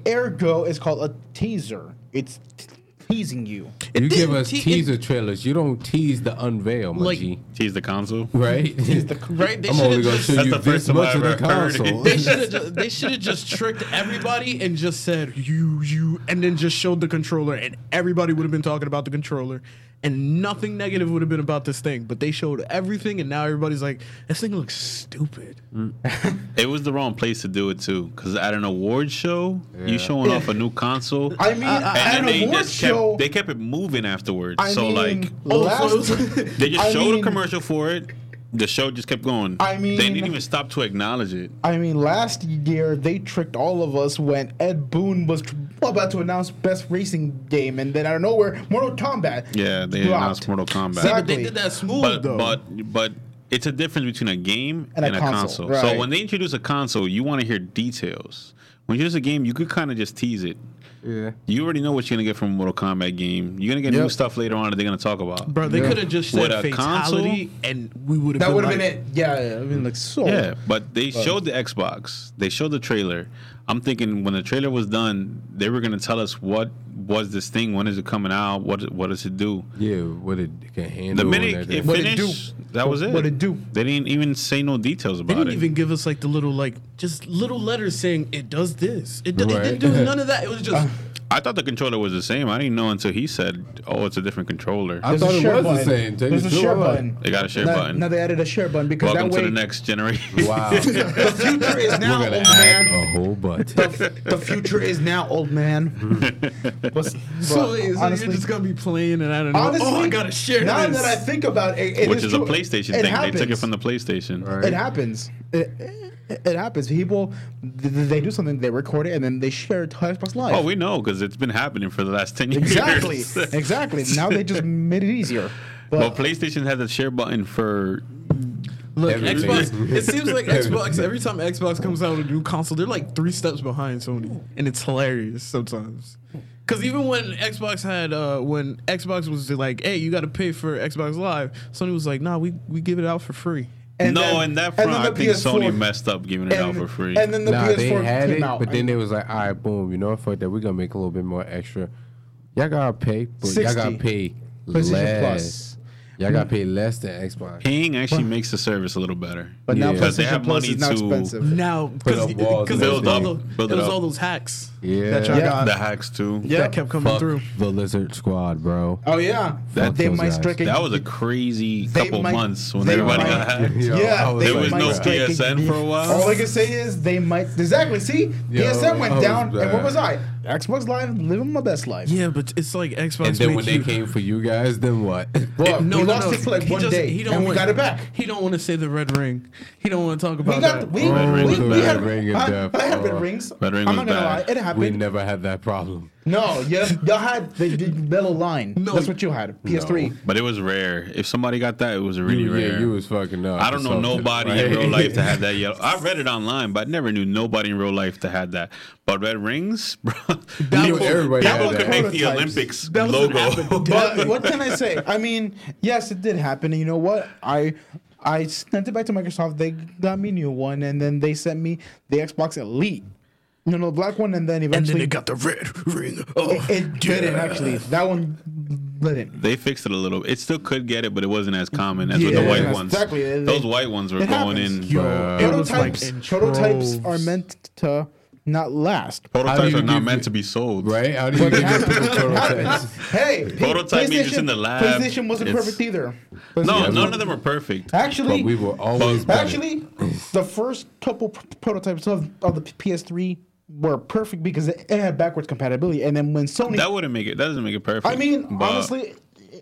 G: ergo is called a teaser. It's t- teasing you.
F: you give
E: didn't
F: us
E: te- it-
F: teaser trailers. You don't tease the unveil, my
E: Like-
F: G.
H: Tease the console.
F: Right?
E: Right? They
F: I'm
E: should
F: only
E: have
F: gonna
E: just,
F: show
H: That's
F: you
H: the first
F: this
H: time
F: much
H: I
F: of the
H: ever heard it.
F: console.
E: they should have they should have just tricked everybody and just said you you and then just showed the controller and everybody would have been talking about the controller and nothing negative would have been about this thing. But they showed everything and now everybody's like this thing looks stupid.
H: It was the wrong place to do it too, because at an award show, you showing off a new console.
G: I mean, at
H: and then
G: an
H: they
G: award
H: just kept
G: show-
H: they kept it moving afterwards.
G: I
H: so
G: mean,
H: like
E: Oh, so
G: last-
E: it was-
H: they just
G: I
H: showed
G: mean-
H: a commercial for it. The show just kept going.
G: I mean-
H: they didn't even stop to acknowledge it.
G: I mean, last year they tricked all of us when Ed Boon was tr- about to announce best racing game, and then out of nowhere, Mortal Kombat.
H: Yeah, they
G: dropped.
H: announced Mortal Kombat.
G: See,
E: But they did that smooth
H: but
E: though.
H: but but it's a difference between a game and, a console. So
G: right.
H: when they introduce a console, you want to hear details. When you introduce a game, you could kind of just tease it.
F: yeah.
H: You already know what you're gonna get from a Mortal Kombat game. You're gonna get new
F: Yep.
H: stuff later on that they're gonna talk about.
E: Bro, they could have just
H: With
E: said
H: a
E: fatality and we would have
G: That would have
E: like,
G: been it. Yeah, yeah, I mean, like so.
H: Yeah, but they showed the Xbox. They showed the trailer. I'm thinking when the trailer was done, they were gonna tell us what was this thing, when is it coming out, what what does it do.
F: Yeah, what it can handle.
H: The
F: and
H: minute it
F: everything.
G: it
H: finished, that was it.
G: What it do?
H: They didn't even say no details
E: They
H: about
E: didn't
H: it.
E: even give us like the little like just little letters saying it does this. It, do- it
F: Right.
E: didn't do none of that. It was just
H: I thought the controller was the same. I didn't know until he said, "Oh, it's a different controller."
F: I thought it was the same. Take
G: There's
F: it
G: a
F: to
G: share
F: it.
G: button.
H: They got a share
G: now,
H: button.
G: Now they added a share button because
H: Welcome
G: that
H: to
G: way
H: the next generation.
F: Wow.
G: the future is now,
F: We're
G: old
F: gonna add
G: man.
F: a whole butt.
G: The, f- the future is now, old man. But-
E: So,
G: but
E: wait, so
G: honestly-
E: you're just gonna be playing, and I don't know.
G: Honestly,
E: oh, I gotta share
G: now
E: this.
G: that I think about it, it
H: Which is a
G: true.
H: PlayStation
G: It
H: thing. They took it
G: happens.
H: from the PlayStation.
G: It happens. It, it, it happens. People, th- th- they do something, they record it, and then they share it to Xbox Live.
H: Oh, we know because it's been happening for the last ten years.
G: exactly, exactly. Now they just made it easier.
H: Well,
G: But
H: PlayStation had the share button for
E: Look,
F: Everything.
E: Xbox. It seems like Xbox. Every time Xbox comes out with a new console, they're like three steps behind Sony, and it's hilarious sometimes. Because even when Xbox had, uh, when Xbox was like, "Hey, you got to pay for Xbox Live," Sony was like, "Nah, we we give it out for free."
H: no.
G: then-
H: in that
G: and
H: front,
G: then
H: I
G: the
H: think
G: PS4
H: Sony messed up giving it out for free.
G: And then the
F: nah,
G: PS4
F: they had
G: came
F: it,
G: out.
F: but then they was like, all right, boom, you know what? Fuck that. We're gonna make a little bit more extra. Y'all gotta pay, but y'all
G: 60.
F: gotta pay
G: PlayStation
F: less.
G: Plus.
F: Y'all gotta pay less than Xbox.
H: Paying actually makes the service a little better.
G: But now
F: Yeah.
H: Because they
G: PlayStation
H: have
G: Plus
H: money
G: is now
H: to-
G: expensive.
E: Now, because
F: up walls and
E: it was
H: everything.
E: all the-
H: Build
E: it
H: it
E: was
H: up.
E: all those hacks
F: Yeah,
G: That y'all got.
H: the hacks too.
E: that kept coming
F: Fuck
E: through.
F: the Lizard Squad, bro.
G: Oh yeah,
F: Fuck
G: they
F: those
G: might
F: guys.
G: strike.
H: That was a crazy
G: They
H: couple
G: might-
H: months when
G: they
H: everybody
G: might-
H: got hacked.
F: Yo,
G: yeah,
F: I was
G: they
H: There was
G: might
H: no
G: strike a-
H: PSN for a while.
G: All I can say is they might exactly see PSN
F: I
G: went
F: was
G: down, and what
F: bad.
G: was I? Xbox Live, living my best life.
E: Yeah, but it's like Xbox.
F: And then
E: make
F: when they
E: you-
F: came for you guys, then what?
G: Well,
E: No,
G: we
E: no,
G: lost
E: no.
G: it for like
E: He
G: one
E: just-
G: day,
E: He don't
G: and we
E: want-
G: got it back.
E: He don't want to say the red ring. He don't want to talk about
G: We got
E: that.
G: we,
F: Oh,
G: we,
H: the
G: we
H: Red
G: had,
F: Ring of
G: I,
F: Death.
G: I had red
F: Oh.
G: rings.
H: Red Ring
G: I'm not
H: was
G: gonna
H: bad.
G: lie, it
F: we
G: happened.
F: never had that problem.
G: no, yeah, y'all had the, the yellow line.
E: No.
G: that's what you had. PS3.
H: But it was rare. If somebody got that, it was really
F: You-
H: rare.
F: yeah, you was fucking up.
H: I don't know
F: Something,
H: nobody in
F: right?
H: real life that had that yellow. I read it online, but I never knew nobody in real life that had that. But red rings, bro. That,
F: knew everybody had
H: one
F: that.
H: could make the
G: Prototypes.
H: Olympics
E: That was an
H: logo.
E: app-
G: But what can I say? I mean, yes, it did happen. And you know what? I I sent it back to Microsoft. They got me a new one, and then they sent me the Xbox Elite, you know, the black one, and then
E: And then
G: eventually
E: they got the red ring. Oh,
G: it, it didn't actually. That one didn't.
H: They fixed it a little. It still could get it, but it wasn't as common as with
G: Yeah,
H: the white
G: yes,
H: ones.
G: exactly. It-
H: Those white ones were
G: it
H: going
G: happens.
H: in.
F: Bruh.
E: was like
G: Prototypes
E: in
G: prototypes are
E: troves.
G: meant to not last.
F: How do
H: Prototypes
F: you
H: are not
F: give
H: meant
F: it-
H: to be sold,
F: Right? How do you get
G: happens.
F: people prototypes?
G: Hey, P-
H: Prototype means it's
G: PlayStation-
H: in the lab.
G: PlayStation wasn't
H: It's-
G: perfect either.
H: No,
F: Yeah,
H: none
F: but-
H: of them are perfect.
G: Actually,
F: But we were always better.
G: Actually, the first couple p- prototypes of, of the PS3 were perfect because it, it had backwards compatibility. And then when Sony,
H: That wouldn't make it. That doesn't make it perfect.
G: I mean,
H: but
G: honestly,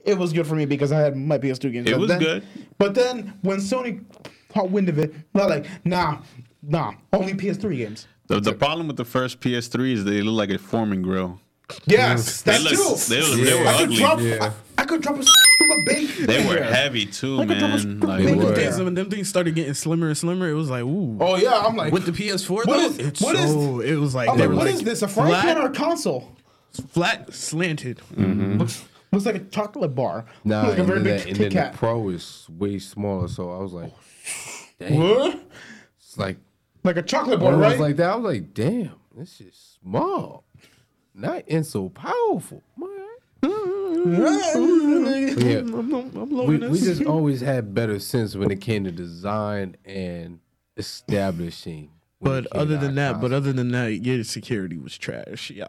G: it was good for me because I had my PS2 games.
H: It
G: But
H: was
G: then-
H: good.
G: But then when Sony caught wind of it, they're like, nah, nah, only PS3 games.
H: the, the problem with the first PS3 is they look like a forming grill.
G: Yes,
H: They
G: that's
H: look,
G: true.
H: they, look, they were
G: I could
H: ugly.
G: drop,
F: Yeah.
G: I, I could drop a s- from a bank.
H: They
G: in
H: were
G: here.
H: heavy too,
G: Like a double
H: man.
G: screw
H: Like,
G: thing.
E: Back in the
G: Word.
E: days when them things started getting slimmer and slimmer, it was like, ooh.
G: Oh yeah, I'm like
E: With the PS4,
G: What
E: though,
G: is-
E: it's
G: what is-
E: so, it was like,
G: I'm
E: they
G: like,
E: were
G: what
E: like
G: is this? A frying pan or a
E: flat,
G: console?
E: flat slanted.
F: Mm-hmm.
G: Looks looks like a chocolate bar.
F: Nah,
G: looks like a
F: and
G: very
F: then,
G: big
F: that, and then
G: Kit
F: the
G: Kat.
F: pro is way smaller, so I was like,
G: Huh?
F: it's like
G: Like a chocolate bar,
F: when I was
G: Oh, right?
F: like that. I was like, damn, this is small, not and so powerful. Yeah,
E: I'm, I'm, I'm
F: we,
E: loading
F: we
E: this.
F: just always had better sense when it came to design and establishing. when it
E: but
F: came
E: other
F: to
E: than
F: our
E: that, but
F: concept.
E: other than that, your security was trash. Yeah.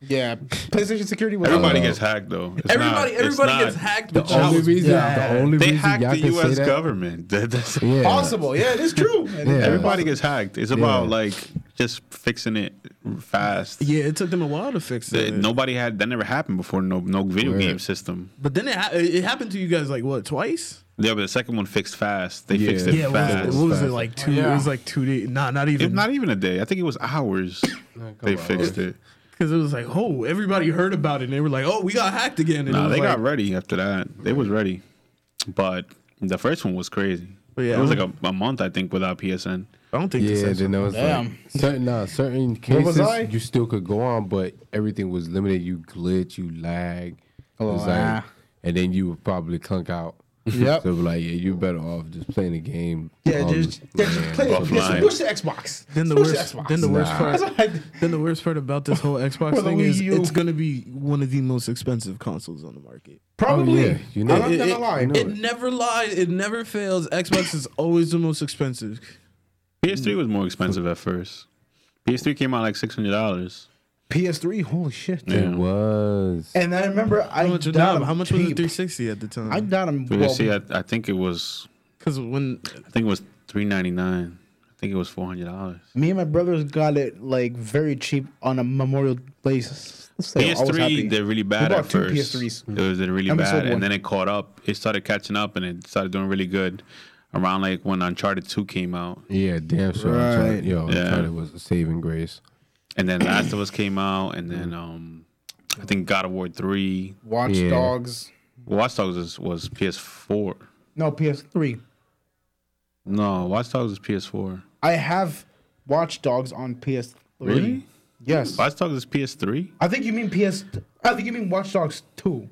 G: yeah, PlayStation security was.
H: everybody
F: Uh,
H: gets hacked though. It's
E: Everybody,
H: not- it's
E: everybody
H: not-
E: gets hacked. But
F: the only reason, the only
H: They
F: reason
H: hacked
F: y'all
H: the
F: can say
H: U.S.
F: that-
H: government. That- that's-
F: yeah,
G: possible. Yeah, it is true.
F: Yeah.
H: Everybody gets hacked. It's about
F: Yeah.
H: like just fixing it fast.
E: yeah, it took them a while to fix
H: That-
E: it.
H: Nobody had that never happened before. No, no video
F: Word.
H: game system.
E: but then it, ha- it happened to you guys like what twice?
H: Yeah, but the second one fixed fast. They fixed
F: Yeah.
H: it
F: Yeah,
E: what was it-
H: fast.
E: What was it like two? It was like two days. Not not
H: If
E: even.
H: not even a day. I think it was hours. they
F: on.
H: fixed it.
E: Because it was like, oh, everybody heard about it. and They were like, oh, we got hacked again. And it
H: Nah,
E: was
H: they
E: like,
H: got ready after that. They was ready, but the first one was crazy.
E: But yeah,
H: it was
E: I'm-
H: like a, a month I think without PSN.
E: I don't think
F: Yeah,
E: this is.
F: then there was like
G: Damn.
F: certain nah, certain
G: Where was
F: cases
G: I?
F: you still could go on, but everything was limited. You glitch, you lag, It was like-
G: ah.
F: and then you would probably clunk out.
G: Yep.
F: So like, yeah, you better off just playing the game.
G: Yeah,
F: um,
G: just, yeah, just
F: man.
G: play it.
H: offline.
G: Just push the Xbox.
E: Then the
G: push
E: worst.
G: Xbox.
E: Then the worst
F: Nah.
E: part.
G: That's what I did.
E: Then the worst part about this whole Xbox
G: the
E: thing is
G: Wii U.
E: it's gonna be one of the most expensive consoles on the market.
G: Probably.
F: Oh, yeah, you know
G: I'm not
F: it.
G: gonna
E: It-
G: lie.
E: It never lies. It never fails. Xbox is always the most expensive.
H: PS3 was more expensive at first. PS3 came out like six hundred dollars.
G: PS3. Holy shit.
H: Yeah.
F: It was.
G: And I remember I
E: How much, was,
G: got
E: nah,
G: a
E: how much was the
G: tape.
E: 360 at the time?
G: I got him.
H: Well,
G: Well,
H: see, I, I think it was
E: Because when
H: I think it was three ninety nine. I think it was four hundred dollars.
G: me and my brothers got it like very cheap on a Memorial basis. So I was happy.
H: PS3, they're really bad
G: We
H: at
G: bought two
H: first.
G: PS3s.
H: It was they're really
G: And we sold
H: bad,
G: one.
H: and then it caught up. It started catching up, and it started doing really good around like when Uncharted Two came out,
F: Yeah, damn sure. Uncharted- Yo,
H: Yeah.
F: Uncharted was a saving grace.
H: and then Last of Us came out, and
G: Mm.
H: then um, I think God of War Three.
G: Watch
F: Yeah.
G: Dogs.
H: Watch Dogs was, was PS4.
G: No, PS3.
H: No, Watch Dogs was PS4.
G: I have Watch Dogs on PS3.
H: Really?
G: Yes.
H: Watch Dogs is PS3.
G: I think you mean PS. I think you mean Watch Dogs 2.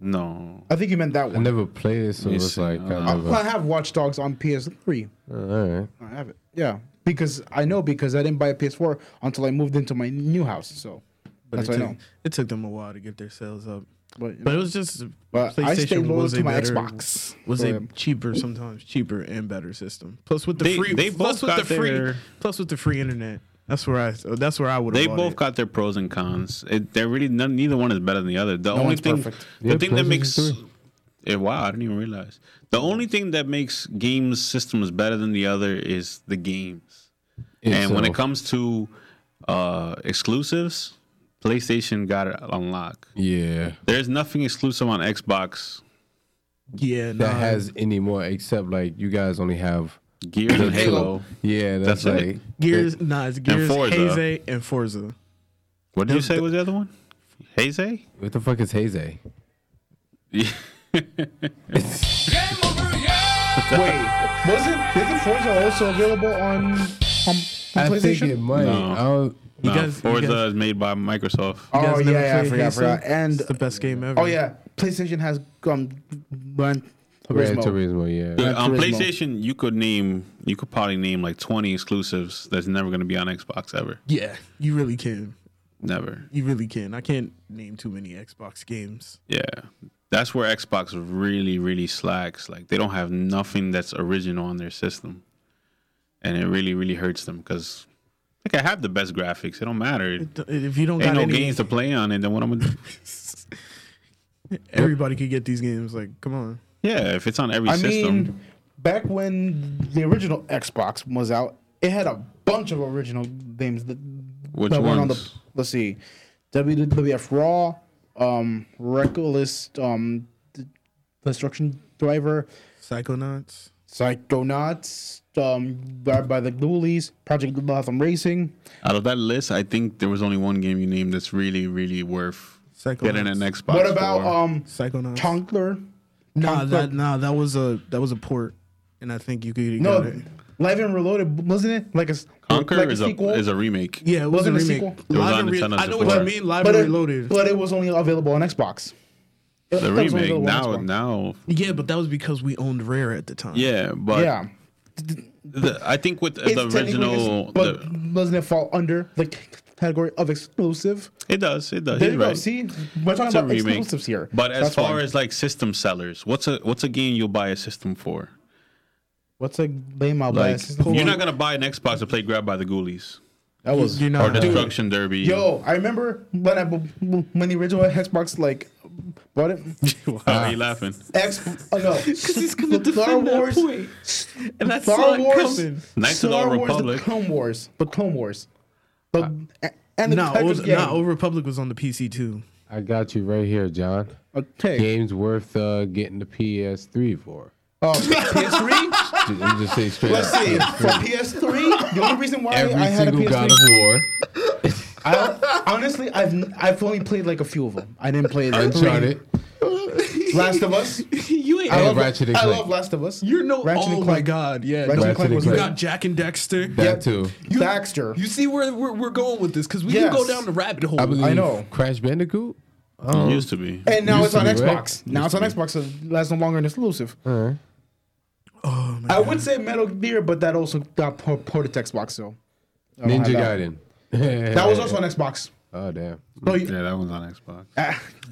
H: No,
G: I think you meant that
F: I
G: one.
F: never played it, so
H: You
F: it's
H: see,
F: like I
H: uh,
F: never.
G: I have Watch Dogs on PS3.
F: all right.
G: I have it. Yeah, because I know because I didn't buy a PS4 until I moved into my new house. So
E: but
G: that's
E: it,
G: what I
E: took,
G: know.
E: it took them a while to get their sales up.
G: But, you
E: But it
G: know,
E: was just
G: But I stayed
E: PlayStation
G: loyal
E: was
G: to
E: a
G: my
E: better-
G: Xbox.
E: Was
G: Go
E: a
G: ahead.
E: cheaper, sometimes cheaper and better system. Plus with the
H: They-
E: free,
H: they
E: plus
H: both got
E: with the free,
H: their-
E: plus with the free internet. That's where I. That's where I would.
H: They both got their pros and cons. It, they're really none, neither one is better than the other. The only
G: one's
H: thing,
G: perfect.
H: the
F: Yeah,
H: thing that
F: PlayStation
H: makes,
F: three.
H: eh, wow, I didn't even realize. The only thing that makes games systems better than the other is the games. And when it
F: Itself.
H: comes to uh, exclusives, PlayStation got it on lock.
F: Yeah.
H: There's nothing exclusive on Xbox.
E: Yeah,
F: That
E: nah.
F: has any more except like you guys only have.
H: Gears and Halo.
F: Yeah, that's,
H: That's
F: like.
H: it.
E: Gears. Nah, it's Gears,
H: Forza.
E: Haze, and Forza.
H: What did you say was the other one? Haze?
F: What the fuck is Haze?
G: wait, wasn't isn't Forza also available on on, on
F: I think it
G: PlayStation?
F: might.
H: No.
F: I'll-
H: No,
E: guys- you
H: Forza
E: guys-
H: is made by Microsoft.
E: You
G: Oh
E: guys never
G: yeah, yeah, I
E: played
G: forgot, I
E: Haze?
G: forgot. And
E: It's the best game ever.
G: oh yeah, PlayStation has um Gran
F: Gran
G: Turismo.
F: Turismo, yeah.
H: Dude, on
G: Turismo.
H: um, PlayStation, you could name, you could probably name like 20 exclusives that's never going to be on Xbox ever.
E: Yeah, you really can.
H: Never.
E: You really can. I can't name too many Xbox games.
H: Yeah. That's where Xbox really, really slacks. Like, they don't have nothing that's original on their system. And it really, really hurts them because, like, I have the best graphics. It don't matter. Ain't
E: If you don't got
H: no
E: any,
H: games to play on it. Then what I'm going to do?
E: everybody could get these games. Like, come on.
H: Yeah, if it's on every
G: I
H: system.
G: mean, back when the original Xbox was out, it had a bunch of original games that,
H: Which
G: that weren't
H: ones?
G: let's see, WWF Raw, um, Reckless, um, D- Destruction Driver,
E: Psychonauts.
G: Psychonauts, um, by, by the Ghoulies, Project Gotham Racing.
H: out of that list, I think there was only one game you named that's really, really worth getting an
E: Psychonauts.
H: Xbox.
G: what about
H: for.
G: um,
E: Psychonauts.
G: Tonkler?
E: Nah,
G: Tonk-
E: that nah, that was a that was a port, and I think you could you got
G: no,
E: it.
G: Live and Reloaded wasn't it like a s-
H: Conquer
G: like
H: is a is a remake.
E: Yeah, it was a
G: Wasn't a
E: remake.
G: sequel? It
H: was
E: Live
H: on
E: and
H: Nintendo
E: I know what you
H: before.
E: mean. Live
G: but
E: and
G: it,
E: Reloaded.
G: but it was only available on Xbox. It-
H: the
G: it was only
H: remake
G: available on
H: now
G: Xbox.
H: now
E: yeah, but that was because we owned Rare at the time.
H: yeah but
G: yeah.
H: the, i think with
G: It's
H: the
G: technically
H: original
G: ex- but
H: the-
G: doesn't it fall under the c- category of exclusive?
H: it does it does
G: There
H: you're
G: you go.
H: right.
G: See, we're talking
H: It's a
G: about
H: remake.
G: exclusives here.
H: but
G: So
H: as
G: that's
H: far
G: why.
H: as like system sellers what's a what's a game you'll buy a system for
G: what's a game I'll buy?
H: like
G: Assistant
H: you're
G: for?
H: not gonna buy an xbox to play grab by the ghoulies
G: that was
E: You're
H: or
E: not.
H: destruction derby
G: Uh-huh. yo. I remember when I bu- bu- when the original Xbox like bought it.
H: why are Oh,
G: uh,
H: you laughing
G: X oh, no, because
E: he's gonna defend that point. And that's
G: Star Wars,
H: Knights of the
G: Star
H: Old
G: Wars, the
H: Republic.
G: Clone Wars, the Clone Wars,
F: Uh,
G: the and the
E: Nah,
G: Tetris
E: old,
G: game.
E: nah, Old Republic was on the PC too.
F: I got you right here, John.
G: okay,
F: Games worth uh, getting the PS3 for.
G: oh, PS3.
F: Ju- I'm just saying straight
G: Let's
F: up.
G: see. For PS3, the only reason why
F: Every
G: I had a
F: single God of
G: PS3,
F: War,
G: I, honestly, I've I've only played like a few of them. I didn't play the
F: Uncharted,
G: three. Last of Us.
E: you ain't.
G: I
F: and
G: love,
F: Ratchet and
G: I
F: Clank.
G: love Last of Us.
E: You're no.
G: Ratchet and
E: oh my
G: Clank.
E: God. Yeah.
G: Ratchet and
F: Ratchet
G: Clank
F: and
G: was
E: You
F: Clank.
G: great.
E: got Jack and Dexter.
F: that
G: Yep.
F: too.
G: Baxter.
E: You see where we're, we're going with this because we
G: Yes.
E: can go down the rabbit hole.
F: I believe
G: know.
F: Crash Bandicoot.
H: It used to be
G: uh-huh. and now
F: used
G: it's
F: to
G: on
F: be,
G: Xbox.
F: right?
G: Now it's on Xbox, so that's no longer an exclusive.
E: oh my
G: I
E: God.
G: would say Metal Gear, but that also got por- ported to Xbox. So I don't
F: Ninja
G: have that.
F: Gaiden.
G: That was also on Xbox.
F: Oh damn.
G: No, you,
H: yeah that one's on xbox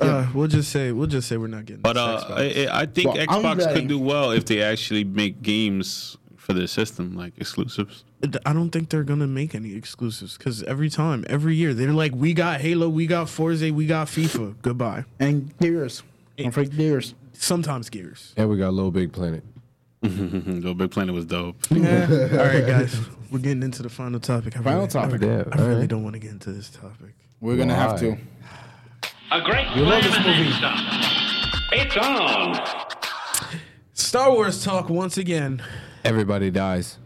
E: Uh, we'll just say we'll just say we're not getting.
H: But
E: this
H: uh,
E: Xbox.
H: I, I I think
G: Well, I'm
H: Xbox could
G: betting-
H: do well if they actually make games for their system, like exclusives.
E: I don't think they're gonna make any exclusives because every time, every year, they're like, "We got Halo, we got Forza, we got FIFA." Goodbye.
G: And Gears. Don't forget Gears.
E: Sometimes Gears.
F: And we got Little Big Planet.
H: Little Mm-hmm. Big Planet was dope.
E: All right, guys, we're getting into the final topic. I
D: Final
E: really,
D: topic.
F: Yeah,
E: I really don't want to get into this topic.
D: We're gonna have to.
F: Why?
I: A great slam
D: love this
I: and
D: movie.
I: then stop. It's on.
E: Star Wars talk once again.
F: Everybody dies.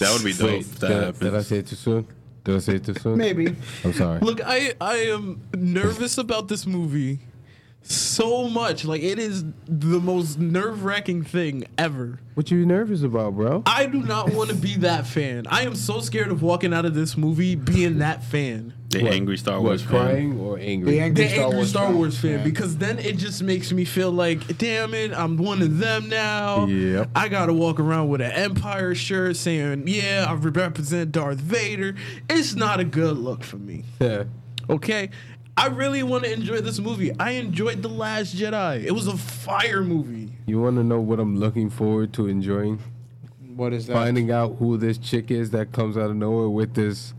H: That would be dope.
F: Wait,
H: if
F: did, I-
H: that
F: did I
H: happens.
F: say it too soon? Did I say it too soon?
G: Maybe.
F: I'm sorry.
E: Look, I I am nervous about this movie so much. Like it is the most nerve wracking thing ever.
F: what you nervous about, bro?
E: I do not want to be that fan. I am so scared of walking out of this movie being that fan.
H: The angry Star
F: Was
H: Wars fan.
F: crying or
G: The
F: angry?
G: angry
E: the
G: Star
E: angry
G: Wars
E: Star
G: fan.
E: Wars fan
G: Yeah.
E: because then it just makes me feel like, damn it, I'm one of them now.
F: Yep.
E: I gotta walk around with an Empire shirt saying, yeah, I represent Darth Vader. It's not a good look for me.
F: Yeah.
E: Okay. I really want to enjoy this movie. I enjoyed The Last Jedi. It was a fire movie.
F: You want to know what I'm looking forward to enjoying?
G: What is that?
F: Finding out who this chick is that comes out of nowhere with this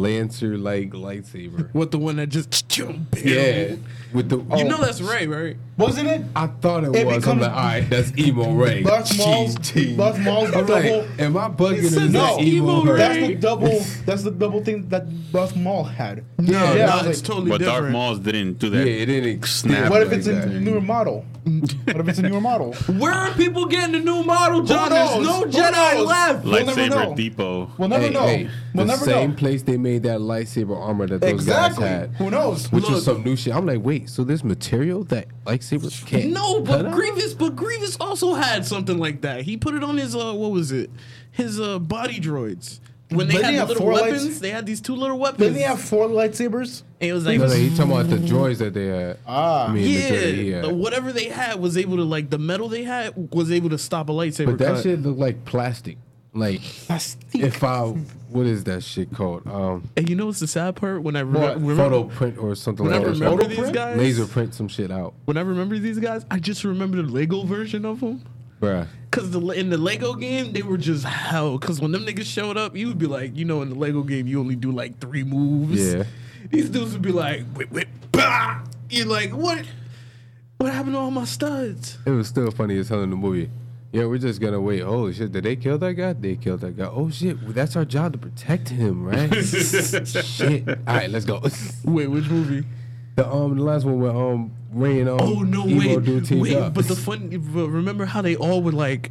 F: lancer-like lightsaber.
E: With the one that just
F: yeah, with the oh,
E: You know that's Ray, right?
G: Wasn't it?
F: I thought it,
G: It
F: was.
G: becomes-
F: I'm like, all right, that's emo Ray.
G: Darth Maul's,
F: Jeez.
G: Darth Maul's
F: I'm
G: double.
F: like, am I bugging?
E: He
F: Is
E: said
F: that
E: no,
F: emo
E: emo
F: Ray?
G: that's the double. That's the double thing that Darth Maul had.
E: No,
G: Yeah, I
E: no,
G: was
E: it's
G: like,
E: totally
H: But
E: different.
H: Darth Mauls didn't do
F: yeah,
H: that.
F: it didn't
H: Snap.
F: snap.
G: What if it's
F: like
G: a
F: that.
G: newer model? What if it's a newer model?
E: Where are people getting a new model, John? There's
G: knows?
E: no
G: Who
E: Jedi
G: knows?
E: left.
G: We'll never know.
H: Lightsaber Depot.
G: We'll never
F: Hey,
G: know.
F: hey,
G: we'll
F: the
G: never
F: same
G: know.
F: place they made that lightsaber armor that those
G: Exactly.
F: guys had.
G: Who knows?
F: Which
E: Look.
F: was some new shit. I'm like, wait, so there's material that lightsabers can't.
E: No,
F: cut
E: but
F: out?
E: Grievous, but Grievous also had something like that. He put it on his uh, what was it? His uh, body droids. When they
G: Didn't
E: had
G: he
E: the
G: have
E: little
G: four lights?
E: weapons, they had these two little weapons.
G: Didn't he have four lightsabers?
E: and it was
F: No,
E: like,
F: no, he talking about the droids that they uh, had.
G: Ah.
F: I mean,
E: yeah,
F: the droid, yeah.
E: the- whatever they had was able to like the metal they had was able to stop a lightsaber.
F: But that
E: cut.
F: shit looked like plastic. Like, if I, what is that shit called? Um,
E: And you know what's the sad part? When I re-
F: what,
E: remember,
F: photo print or something
E: when I
F: like that.
E: remember
F: Photo
E: these
F: print?
E: guys,
F: Laser print some shit out,
E: When I remember these guys, I just remember the Lego version of them.
F: bruh.
E: Cause the in the Lego game they were just hell. Cause when them niggas showed up, you would be like, you know, in the Lego game you only do like three moves.
F: Yeah.
E: These dudes would be like, whip whip, bah! You're like, what? What happened to all my studs?
F: It was still funny as hell in the movie. Yeah, we're just gonna wait. Holy shit, did they kill that guy? They killed that guy. Oh shit, well, that's our job to protect him, right? shit. All right, let's go.
E: Wait, which movie?
F: The um, the last one with um, Ray and um,
E: Oh no
F: Emo
E: way!
F: dude teamed
E: Wait,
F: up.
E: but the fun. But remember how they all were like,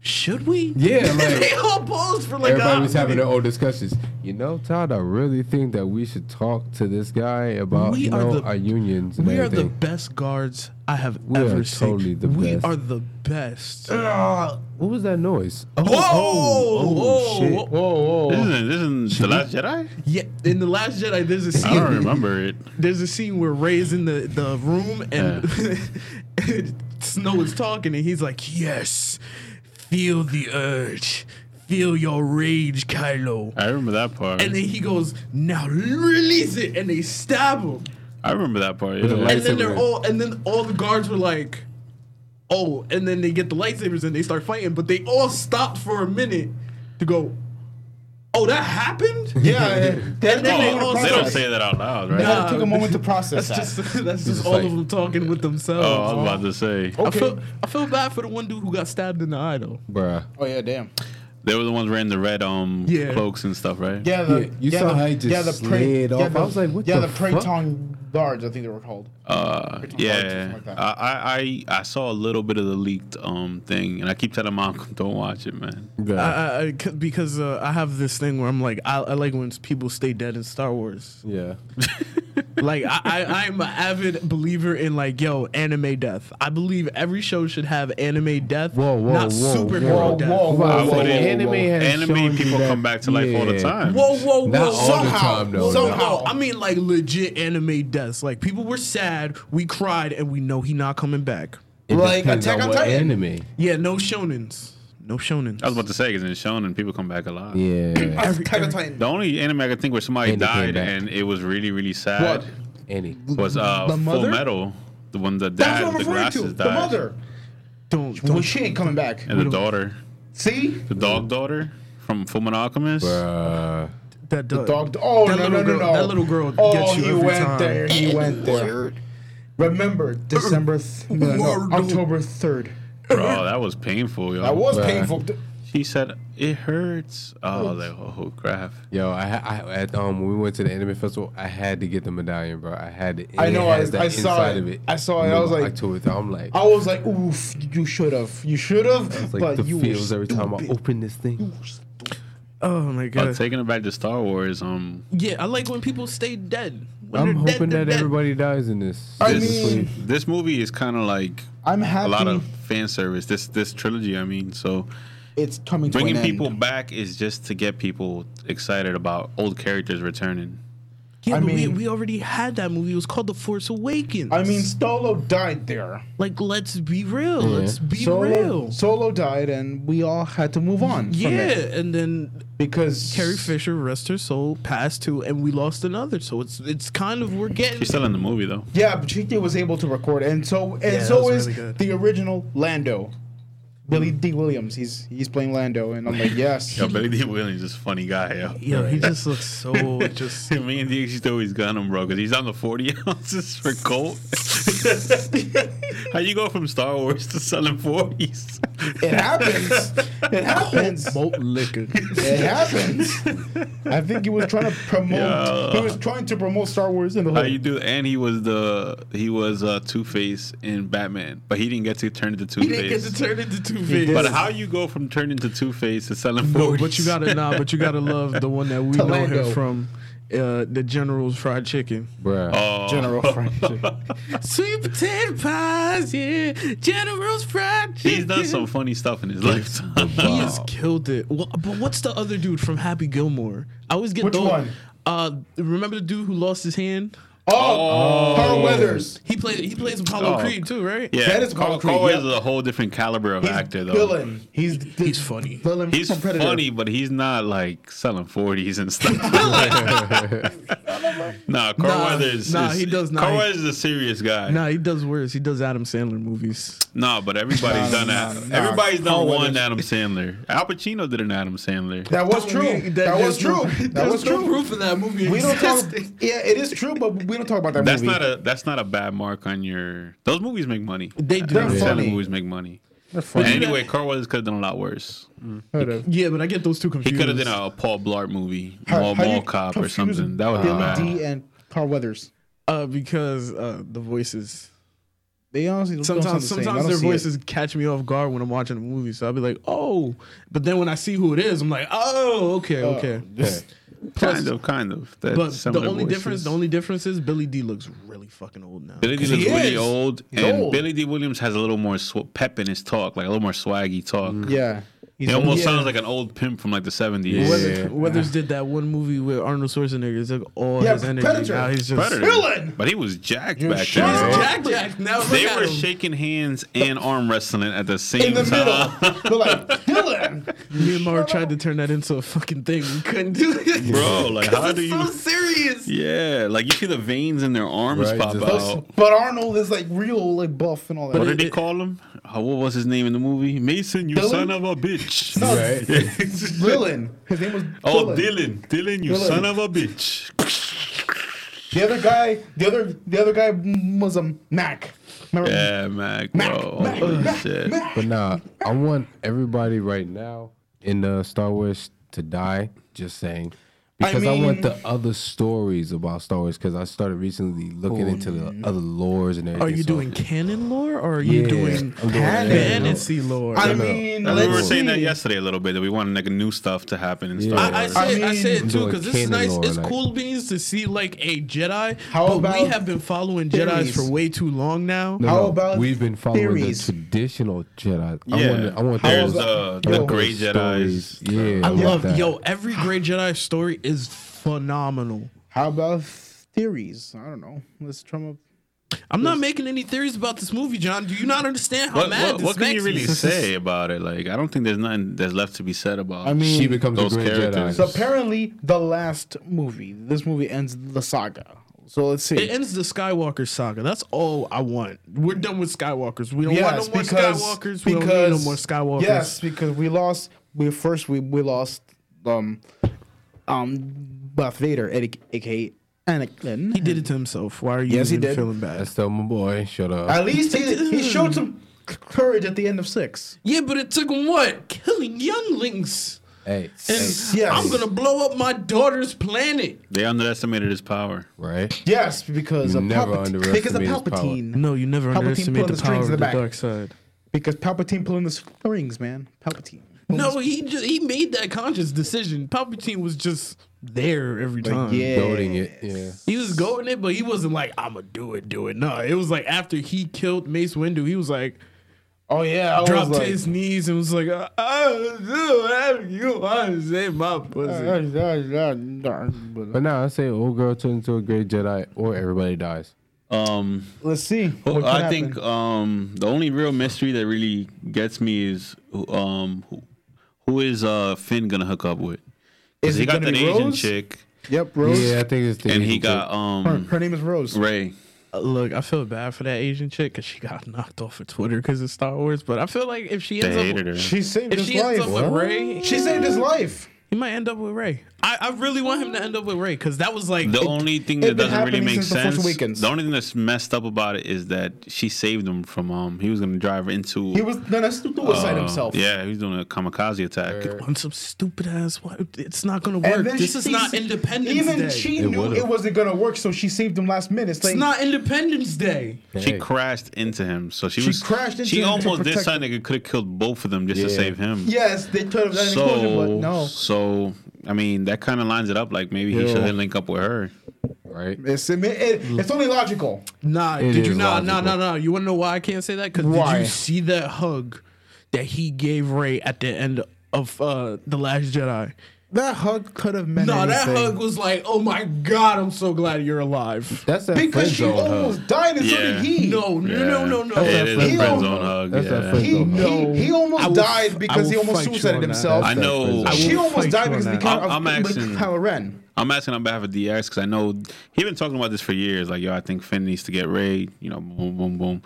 E: should we?
F: Yeah, like-
E: they all posed for like. uh,
F: Everybody
E: a
F: was having their own discussions. You know, Todd, I really think that we should talk to this guy about
E: We
F: you
E: are
F: know
E: the-
F: our unions and
E: We are the
F: everything.
E: best guards I have
F: We are
E: ever seen.
F: totally the
E: we
F: best.
E: are the best.
F: what was that noise? Oh,
E: Whoa!
F: oh,
E: Whoa!
F: shit. whoa, whoa.
H: Isn't this is the Last Jedi?
E: Yeah, in the Last Jedi, there's a
H: I don't
E: scene.
H: remember it.
E: There's a scene where Ray's in the the room and Snow is talking, and he's like, "Yes, feel the urge, feel your rage, Kylo."
H: I remember that part.
E: And then he goes, "Now release it!" And they stab him.
H: I remember that part.
F: the
H: yeah.
F: light-
E: And then they're
F: Lightsaber.
E: all, and then all the guards were like, "Oh!" And then they get the lightsabers and they start fighting, but they all stopped for a minute to go, "Oh, that happened."
G: Yeah. They had
E: And then
G: a
E: they
G: moment to
E: all
H: Oh, they don't
G: process.
H: say that out loud, right?
G: They had
E: Nah.
G: to take a moment to process
E: That's
G: that.
E: just that's just
F: just
E: all
F: like-
E: of them talking with themselves.
H: Oh, I was about to say.
E: I feel I feel bad for the one dude who got stabbed in the eye though.
F: Bruh.
G: Oh yeah, damn.
H: They were the ones wearing the red um
E: Yeah.
H: cloaks and stuff, right?
G: Yeah, the,
F: Yeah, you saw how he just slid off. I was like, what
G: yeah,
F: the
G: Praeton guards, I think they were called.
H: Uh, yeah.
G: something like that.
H: I, I I I saw a little bit of the leaked um thing, and I keep telling my uncle, don't watch it, man.
F: Bruh.
E: I, I, c- because uh, I have this thing where I'm like I, I like when people stay dead in Star Wars.
F: yeah.
E: Like I, I I'm an avid believer in like yo anime death. I believe every show should have anime death,
F: Whoa, whoa,
E: not
F: whoa,
E: superhero
F: whoa,
E: death.
G: whoa, whoa,
H: I
F: Wow,
H: wouldn't-
F: anime has shown you
H: Anime people
F: that-
H: come back to life all the
F: yeah.
H: time.
E: Whoa, whoa, whoa!
F: Not all the
E: somehow-
F: time, though.
E: No,
F: though.
E: no, I mean like legit anime deaths. Like people were sad, we cried, and we know he not coming back.
F: It
G: Like
F: depends
G: Attack on
F: what
G: Titan.
F: Anime.
E: Yeah, no shonens, no shonens.
H: I was about to say because it's shown and people come back alive.
F: Yeah.
G: Attack on Titan.
H: The only anime I could think where somebody
F: And they came
H: died
F: back.
H: and it was really really sad
G: What?
F: Any.
H: was uh
G: The
H: Full
G: mother?
H: Metal, the one that
G: That's
H: died,
G: what I'm
H: the
G: referring
H: glasses
G: to.
H: died,
G: The mother.
E: don't,
G: Well,
E: don't
G: she ain't coming back.
H: and the daughter.
G: See?
H: The dog daughter from Fullmetal Alchemist.
F: Bruh.
E: That dog.
G: Dog. Oh
E: That
G: no no
E: little
G: no
E: girl-
G: no!
E: that little girl
G: Oh,
E: gets you
G: he
E: every
G: went
E: time.
G: there. He went there. Remember December, th- no, no, October third.
H: Bro, that was painful, yo.
G: That was
F: Bruh.
G: painful.
H: She said it hurts. Oh, I was like, oh crap.
F: Yo, I, I at um when we went to the anime festival, I had to get the medallion, bro. I had to. and
G: I
F: it
G: know, I-
F: has that
G: I saw
F: inside
G: it. I saw it, I was
F: No,
G: like-
F: to it, I'm like,
G: I was like, oof, you should have. You should have,
F: it's like
G: but
F: the
G: you
F: feels
G: were
F: every time I open this thing.
E: Oh my
H: Uh,
E: god.
H: taking it back to Star Wars, um,
E: yeah, I like when people stay dead. When
F: I'm
E: they're dead,
F: hoping
E: they're
F: that
E: dead.
F: everybody dies in this.
G: I
H: this,
G: mean-
H: this movie is kind of like
G: I'm
H: a
G: happy
H: lot of fan service. This this trilogy, I mean, so
G: it's coming to
H: bringing
G: an
H: people
G: end.
H: back is just to get people excited about old characters returning.
E: Yeah,
G: I
E: but
G: mean-
E: we, we already had that movie. It was called The Force Awakens.
G: I mean, Solo died there.
E: like, let's be real. Let's be
G: Solo,
E: real.
G: Solo died, and we all had to move on.
E: yeah,
G: from it
E: and then
G: because
E: Carrie Fisher, rest her soul, passed too, and we lost another. So it's it's kind of we're getting.
H: She's still in the movie though.
G: Yeah, but she was able to record, and so and
E: Yeah, that
G: so
E: was
G: is
E: really good.
G: the original Lando, Billy D. Williams. He's he's playing Lando, and I'm like, yes.
H: Yo, Billy D. Williams is a funny guy. Yo.
E: Yo, he just looks so just.
H: Me and Dix used to always gun him, bro, because he's on the 40 ounces for Colt. How you go from Star Wars to selling 40s?
G: It happens. It happens.
E: Malt liquor.
G: It happens. I think he was trying to promote.
H: Yeah.
G: He was trying to promote Star Wars in the
H: How
G: whole.
H: you do? And he was the he was uh, Two Face in Batman, but he didn't get to turn into Two
E: He didn't get to
H: Face.
E: turn into Two
H: But
E: Face.
H: how you go from turning to Two Face to selling 40s?
E: But you gotta nah. But you gotta love the one that we know her
G: Lando.
E: from, uh, the General's Fried Chicken.
F: Bruh.
H: Oh,
G: General Frank.
E: Sweet potato pies, yeah. General's Fried Chicken.
H: He's done some funny stuff in his lifetime.
E: He has killed it. Well, but what's the other dude from Happy Gilmore? I always get
G: Which
E: those.
G: one?
E: Uh, remember the dude who lost his hand?
G: Oh, Carl Weathers.
E: He played. He plays Apollo
H: Oh.
E: Creed too, right?
H: Yeah,
G: That is
H: Col-
G: concrete,
H: Colway
G: yeah.
H: is a whole different caliber of
G: He's
H: actor, though.
G: Villain. He's the
E: He's funny.
G: villain
H: He's
G: from Predator.
H: funny, but he's not like selling 40s and stuff. nah, Carl
E: Nah,
H: Weathers.
E: nah,
H: is,
E: he does not.
H: Carl Weathers is a serious guy.
E: Nah, he does worse. He does Adam Sandler movies.
H: Nah, but everybody's
G: Nah,
H: done
G: nah,
H: that.
G: nah.
H: everybody's done
G: Carl
H: one
G: Weathers-
H: Adam Sandler. Al Pacino did an Adam Sandler.
G: That was true.
E: That-
G: That,
E: there's
G: was
E: no-
G: true. That
E: there's
G: was
E: no
G: true.
E: proof of that movie.
G: We don't talk.
E: existing.
G: Yeah, it is true, but we don't talk about that
H: That's
G: movie.
H: not a that's not a bad mark on your. Those movies make money.
E: They do.
G: They're
H: Adam Sandler
G: funny.
H: movies make money.
G: They're funny.
H: Anyway, Carl Weathers could have done a lot worse.
E: Yeah, but I get those two
H: He
E: confused.
H: could have done a Paul Blart movie,
G: How-
H: Mall
G: how you
H: Mall Cop or
G: confuse
H: something. That would be
G: Billy
H: bad.
G: D and Carl Weathers.
E: uh, because uh, the voices.
G: They honestly
E: Sometimes, sometimes their voices catch me off guard when I'm watching a movie, so I'll be like, "Oh," but then when I see who it is, I'm like, "Oh, okay, okay."
F: Okay.
H: Kind of, kind of. That's
E: But the
H: similar
E: only
H: voices.
E: difference, the only difference is Billy D looks really fucking old now.
H: Billy D looks
G: He
H: really
G: is.
H: old,
G: He's
H: and
G: old.
H: Billy D Williams has a little more sw- pep in his talk, like a little more swaggy talk.
G: Yeah, he's
H: He almost
G: yeah.
H: sounds like an old pimp from like the seventies.
E: Weathers,
F: Yeah.
E: Weathers did that one movie with Arnold Schwarzenegger. It's like all
G: Yeah,
E: his energy.
G: Predator.
E: Now he's just
H: Predator,
G: Villain!
H: but he was jacked
G: You're
H: back
G: sure?
H: then.
G: He's
H: bro.
E: Jack Jack. Now look
H: They
E: at
H: were
E: him.
H: shaking hands and arm wrestling at the same
G: in the
H: time.
G: middle. They're like Dylan.
E: Me and Mara tried to turn that into a fucking thing. We couldn't do it,
H: Bro, like how do
E: it's
H: you?
E: so serious.
H: Yeah, like you see the veins in their arms
F: Right,
H: pop
F: just-
H: out.
G: But Arnold is like real, like buff and all that.
H: What
E: But
H: did
E: it-
H: they call him? Uh, what was his name in the movie? Mason, you
G: Dylan?
H: son of a bitch.
G: No,
F: Right.
G: Dylan. His name was
H: Oh,
G: Dylan.
H: Dylan, Dylan, you
G: Dylan.
H: son of a bitch.
G: The other guy, the other, the other guy was a Mac. Remember?
H: Yeah, Mac, bro.
G: Mac,
H: Holy
G: Mac,
H: shit.
F: But nah, I want everybody right now in the Star Wars to die. Just saying,
G: I
F: because I, want
G: mean-
F: the other stories about Star Wars. Because I started recently looking into
G: Oh,
F: the other lores and everything.
E: Are you
F: so-
E: doing canon lore or are you
F: Yeah,
E: doing
F: I'm doing that.
E: fantasy lore?
G: I
F: no.
G: mean,
H: And
G: let's
H: we were
G: see.
H: saying that yesterday a little bit that we wanted like new stuff to happen and
F: Yeah.
H: stuff.
E: I, I said,
G: I
E: I,
G: mean-
E: said it too
F: Doing
E: because this is
F: canon
E: nice.
F: lore,
E: it's
F: like-
E: cool beans to see like a Jedi,
G: How
E: but we
G: about
E: have been following Jedi's
G: theories?
E: for way too long now.
F: No,
G: How
F: no,
G: about
F: we've been following
G: theories?
F: the traditional Jedi?
H: Yeah.
F: I want, I want
H: There's
F: those-
H: the- the
F: I want
H: gray
F: those
H: Jedis.
F: stories. Yeah,
E: I
F: want
E: love
F: that.
E: yo. Every great Jedi story is phenomenal.
G: How about theories? I don't know. Let's drum up.
E: I'm not making any theories about this movie, John. Do you not understand how
H: What,
E: mad
H: what,
E: this
H: what can you
E: makes
H: really
E: me?
H: say about it? Like, I don't think there's nothing that's left to be said about.
G: I mean,
F: she becomes
H: those
F: a great
H: characters.
F: Jedi.
G: So apparently, the last movie. This movie ends the saga. So let's see.
E: It ends the Skywalker saga. That's all I want. We're done with Skywalkers. We don't
G: yes,
E: want no more
G: because,
E: Skywalkers.
G: because
E: We don't need no more Skywalkers.
G: Yes, because we lost. We first we, we lost um um Darth Vader, aka aka Anakin.
E: He did it to himself. Why are you
G: Yes, he
E: even
G: did.
E: feeling bad?
F: That's still my boy. Shut up.
G: At least he, he showed some c- courage at the end of six.
E: Yeah, but it took him what? Killing younglings.
F: hey,
E: And
F: hey,
G: Yes.
E: I'm gonna blow up my daughter's planet.
H: They underestimated his power.
F: right?
G: Yes, because
F: You
G: of
F: never
G: Palpatine.
F: underestimate
G: Because of
F: his power.
G: Palpatine.
E: No, you never
G: Palpatine
E: underestimate
G: pulling
E: the
G: the
E: power
G: strings
E: of
G: in
E: the,
G: the back.
E: dark side.
G: Because Palpatine pulling the strings, man. Palpatine.
E: No, he just, he made that conscious decision. Palpatine was just there every time.
G: yeah.
F: Goading it. Yeah.
E: He was going it, but he wasn't like, I'ma do it, do it. No, it was like after he killed Mace Windu, he was like,
G: Oh yeah, I
E: dropped
G: was
E: to his knees and was like, I, I do whatever you want to say, my pussy.
G: like.
F: But now I say old girl turns into a great Jedi, or everybody dies.
H: Um,
G: Let's see. what
H: Well,
G: could
H: I think
G: happen.
H: um, the only real mystery that really gets me is who- um, who, who is uh, Finn gonna hook up with? 'Cause
G: Is
H: he
G: it
H: got
G: gonna
H: that
G: be
H: Asian
G: Rose?
H: chick,
G: Yep, Rose.
F: Yeah, I think it's the
H: and he
F: Asian
H: got
G: Her,
H: um,
G: her name is Rose.
H: Ray.
E: Look, I feel bad for that Asian chick because she got knocked off of Twitter because of Star Wars. But I feel like if she
H: They
E: ends
H: hated
E: up,
H: her.
G: She saved
E: if
G: his
E: she ends
G: life.
E: up with Ray,
G: She saved his life.
E: he might end up with Ray. I, I really want him to end up with Ray because that was like
H: The only thing
G: it been
H: that doesn't really
G: happening
H: make
G: since the Force
H: sense.
G: Awakens.
H: The only thing that's messed up about it is that she saved him from um, he was gonna drive into.
G: He was gonna suicide
E: Oh,
H: uh,
G: himself.
H: Yeah, he was doing a kamikaze attack.
E: on some stupid ass. Why, it's not gonna
G: And
E: work.
G: then
E: This
G: she-
E: is not Independence
G: Even
E: Day.
G: she
F: It
G: knew
F: would've.
G: it wasn't gonna work, so she saved him last minute. It's like,
E: it's not Independence Day.
F: chick.
H: She
F: Hey,
H: crashed into him, so she,
G: She
H: was
G: crashed into
H: she
G: him to
H: almost did
G: protect
H: something that could have killed both of them just to
F: Yeah.
H: save him.
G: yes, they could have done an explosion,
H: So,
G: but no.
H: so I mean, that kind of lines it up. Like maybe he
F: Yeah.
H: should link up with her.
F: right?
G: It's, it, it, it's only logical.
E: Nah,
F: It
E: did you
F: is
E: not? Nah, nah,
F: logical.
E: nah. You want to know why I can't say that? Because did
G: Why?
E: you see that hug that he gave Ray at the end of uh, the Last Jedi?
G: That hug could have meant
E: No, that
G: anything.
E: hug was like, oh my god, I'm so glad you're alive.
F: That's that
G: because
F: friend
G: she
F: zone
G: almost
F: hug.
G: died, and so
H: Yeah.
G: did he.
E: No, no, no, no, no.
H: It is a
G: He
H: friend
G: don't-
H: zone hug.
F: That's
H: yeah.
F: that friend
G: he,
F: zone hug.
G: he, he almost
E: I will f-
G: died
E: I
G: because he
E: will
G: almost
E: fight you
G: suicided
E: on that.
G: himself.
H: I know.
F: I
G: She
E: will
G: almost
E: fight
G: died
E: you on
G: because
E: that.
G: of Kylo-
H: I'm- I'm
G: because
H: asking-
G: Kylo Ren.
H: I'm asking on behalf of DX because I know he been talking about this for years. Like, yo, I think Finn needs to get Ray. You know, boom, boom, boom.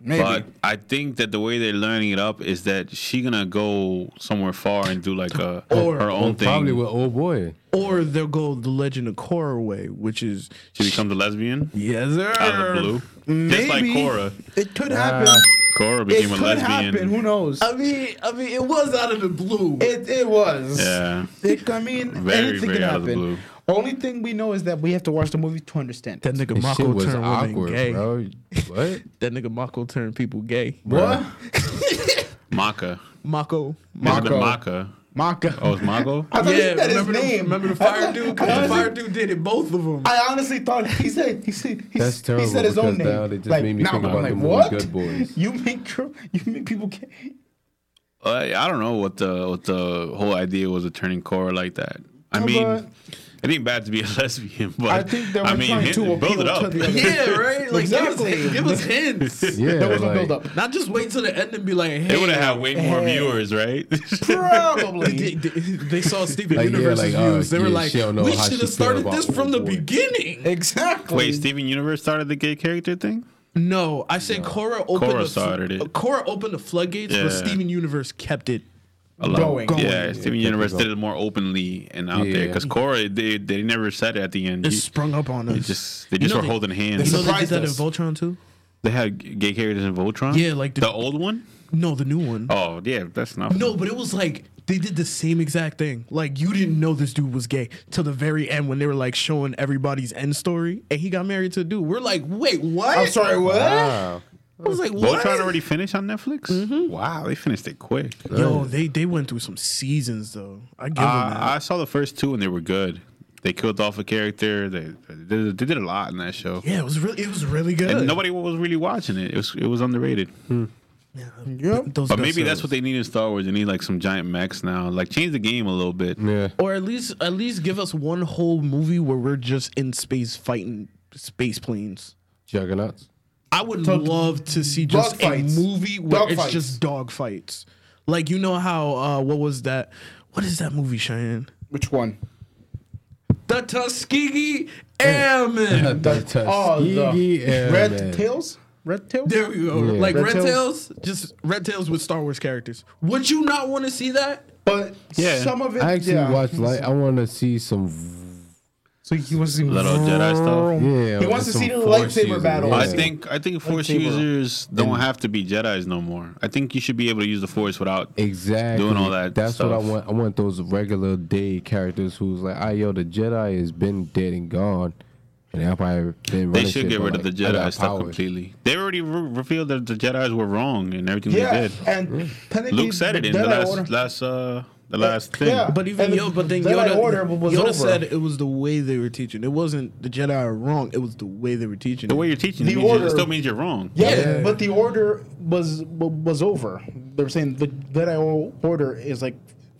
G: Maybe.
H: But I think that the way they're learning it up is that she gonna go somewhere far and do like a
E: Or-
H: her
F: Well,
H: own thing.
F: probably with old boy.
E: Or they'll go the Legend of Korra way, which is
H: she becomes a lesbian
E: yes, sir.
H: out of the blue, just like
G: Maybe.
H: Cora.
G: It could happen.
H: Cora
G: It
H: became
G: could
H: a lesbian.
G: happen. Who knows?
E: I mean, I mean, it was out of the blue.
G: Uh, It it was.
H: Yeah,
G: It, I mean,
H: Very,
G: anything
H: very
G: could
H: out of the
G: happen. Only thing we know is that we have to watch the movie to understand.
E: that
G: it.
E: nigga
F: This shit
E: Mako
F: was
E: turned women
F: awkward,
E: gay.
F: bro. What?
E: That nigga Mako turned people gay.
G: What?
H: Maka.
E: Mako.
H: Maka.
G: Mako.
H: Maka.
G: Maka.
H: Oh, it's Mago.
G: I thought
E: Yeah,
G: he said his
E: remember the,
G: name.
E: remember the
G: I
E: fire
G: thought-
E: dude?
G: I
E: Because the
G: honestly-
E: fire dude did it, both of them.
G: I honestly thought he said he said he,
F: That's
G: s-
F: terrible.
G: he said his own
F: because Now
G: name.
F: they just
G: Like,
F: made me
G: now
F: think
G: I'm
F: about
G: like,
F: the movie
G: what?
F: Good Boys.
G: You make girl, you make people. Ca-
H: I, I don't know what the what the whole idea was of turning Cora like that. I mean,
G: but-
H: it ain't bad to be a lesbian, but
G: I think that
H: I
G: we're
H: mean,
G: trying to
H: hit- build
G: appeal
H: it up.
G: to the other.
E: Yeah, right? Like,
G: Exactly.
E: give, us, give us hints.
F: Yeah,
G: There was no
F: like,
G: build up.
E: Not just wait till the end and be like, hey.
H: It would have had way more viewers, right?
E: They,
G: Probably.
E: they- they saw Steven
F: Like, yeah,
E: Universe's
F: like, uh,
E: views. They were
F: yeah,
E: like,
F: she don't know
E: we
F: how
E: should
F: she
E: have started
F: feel
E: this
F: about
E: from the
F: Old Boy."
E: beginning.
G: exactly.
H: Wait, Steven Universe started the gay character thing.
E: No, I said Cora opened
H: Korra
E: the,
H: started it.
E: Cora opened the floodgates,
H: Yeah.
E: but Steven Universe kept it.
G: Going.
H: Yeah,
G: Going.
H: Steven Universe did it more openly and out there
F: Yeah.
H: because Cora they they never said it at the end.
E: It
H: You-
E: sprung up on us.
H: They just they just
E: know
H: were
E: they-
H: holding hands.
E: you know they did
G: surprised
E: that in
G: us.
E: Voltron too?
H: they had g- gay characters in Voltron.
E: Yeah, like
H: the,
E: the-
H: old one.
E: No, the new one.
H: Oh yeah, that's not
E: No, but it was like they did the same exact thing. Like you didn't know this dude was gay till the very end when they were like showing everybody's end story, and he got married to a dude. We're like, wait, what?
G: I'm sorry. What?
F: Wow.
E: I was like, what? Mm-hmm.
H: Voltron already finished on Netflix. Wow, they finished it quick.
E: Yo, they they went through some seasons though. I give them
H: Uh,
E: that.
H: I saw the first two and they were good. They killed off a character. They they, did- they did a lot in that show.
E: yeah, it was really it was really good.
H: And nobody was really watching it. It was it was underrated.
E: Th- those
H: But
E: best
H: maybe that's what
E: shows.
H: they need in Star Wars. They need like some giant mechs now. Like change the game a little bit.
F: Yeah.
E: or at least at least give us one whole movie where we're just in space fighting space planes.
F: Juggernauts.
E: I would love to see just a
G: fights.
E: movie where
G: Dog
E: it's
G: fights.
E: just dog fights. Like you know how uh what was that? What is that movie, Cheyenne?
G: Which one?
E: The Tuskegee Airmen.
F: The Tuskegee Airmen.
G: oh, Red tails. Red tails.
E: There we go.
F: Yeah.
E: Like
G: Red
E: Red,
G: Tails.
E: Tails, just Red Tails with Star Wars characters. Would you not want to see that?
G: But
H: Yeah.
G: some of it.
F: I actually
G: yeah.
F: watched like I want to see some.
G: So he wants to see
H: Little Jedi stuff.
F: Oh, Yeah,
G: He wants to
F: some
G: see the
F: Force
G: lightsaber
F: users,
G: battle.
H: I
G: Yeah.
H: think I think Force
G: Lightsaber.
H: users don't have to be Jedi's no more. I think you should be able to use the Force without.
F: Exactly.
H: Doing all that
F: That's what I
H: stuff.
F: want. I want those regular day characters who's like, ah, yo, the Jedi has been dead and gone, and they probably been.
H: They
F: running
H: should
F: shit
H: get
F: for,
H: rid of the
F: like, I
H: Jedi
F: got
H: stuff
F: powers.
H: completely. They already re- revealed that the Jedi's were wrong in everything
G: Yeah,
H: they did.
G: and technically,
H: Luke said it in the
G: Jedi
H: last
G: Order-
H: last uh the last thing.
G: yeah.
E: But even
G: And the
E: Yoda, but then
G: Jedi
E: Yoda,
G: Order was
E: Yoda
G: over.
E: said it was the way they were teaching. It wasn't the Jedi are wrong. It was the way they were teaching.
H: The
E: it.
H: way you're teaching
G: The
H: means you-
G: order-
H: it still means you're wrong.
G: Yeah,
E: Yeah.
G: but the order was was over. They were saying the Jedi order is like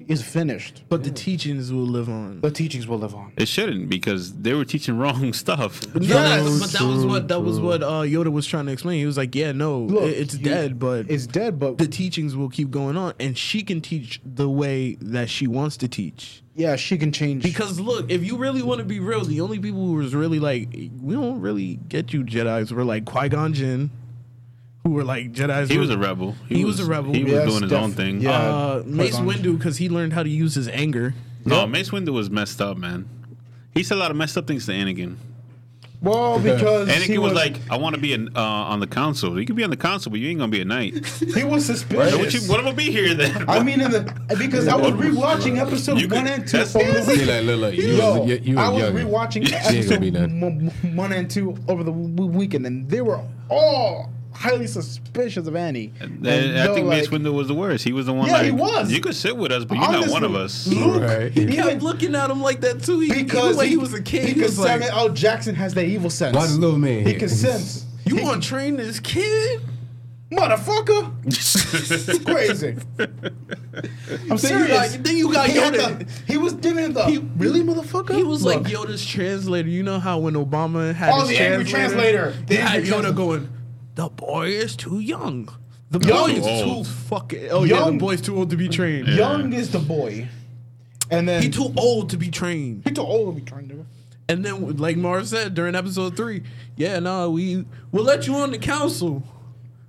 G: is finished.
E: but the teachings will live on.
G: The teachings will live on.
H: It shouldn't because they were teaching wrong stuff.
E: Yeah,
G: Yes.
E: but that was what that was what uh, Yoda was trying to explain. He was like, "Yeah, no,
G: Look,
E: it- it's
G: you-
E: dead, but
G: It's dead, but
E: the teachings will keep going on, and she can teach the way that she wants to teach."
G: yeah, she can change.
E: Because look, if you really want to be real, the only people who was really like, we don't really get you Jedi's were like Qui Gon Jinn, who were like Jedi's.
H: He
E: were-
H: was a rebel.
E: He was a rebel.
H: He was
G: Yes,
H: doing his own
G: def-
H: thing.
G: yeah.
E: Uh, Mace
G: Qui-Gon.
E: Windu because he learned how to use his anger.
H: No, Mace Windu was messed up, man. He said a lot of messed up things to Anakin.
G: well, because
H: Anakin
G: he
H: was, like, "I want to be an, uh, on the council. You can be on the council, but you ain't gonna be a knight.
G: he was
H: So what, you,
G: suspicious.
H: what am gonna be here then?
G: I mean, in the because I was rewatching episode
H: You
G: one
H: could-
G: and two
H: that's-
G: over the
F: Be
G: weekend.
F: like, look, look, you,
G: Yo,
F: was, you, you
G: I
F: was
G: was
F: young.
G: rewatching
F: ain't gonna
G: episode
F: be nothing.
G: m- m- one and two over the w- weekend, and they were all highly suspicious of Annie.
H: And I
G: yo,
H: think Mace
G: like,
H: Windu was the worst. He was the one.
G: Yeah,
H: like,
G: he was.
H: You could sit with us, but you're not one of us.
G: honestly, Luke,
F: Right.
G: he
E: He
G: even-
E: kept looking at him like that too. He,
G: because
E: even when he was a kid, he
G: because
E: was like,
G: Samuel L. Jackson has that evil sense.
F: Why the little man
G: he
F: here?
G: can sense.
E: "You want to train this kid?"
G: Motherfucker, crazy. I'm
E: Serious.
G: serious.
E: then you got
G: he, had
E: Yoda.
G: the, he was giving the
E: He-
G: really motherfucker.
E: He was like
G: Look,
E: Yoda's translator. You know how when Obama had
G: Oh,
E: his
G: the angry
E: translator,
G: translator. The
E: they had
G: angry
E: Yoda
G: translator.
E: going, "The boy is too young. The
G: Young.
E: boy is
H: Too old.
E: too fucking. Oh yeah,
G: Young.
E: the boy's too old to be trained.
G: young is the boy, and then
E: He too old to be trained."
G: he too old to be trying to.
E: And then, like Marv said during episode three, yeah, no, we we'll let you on the council,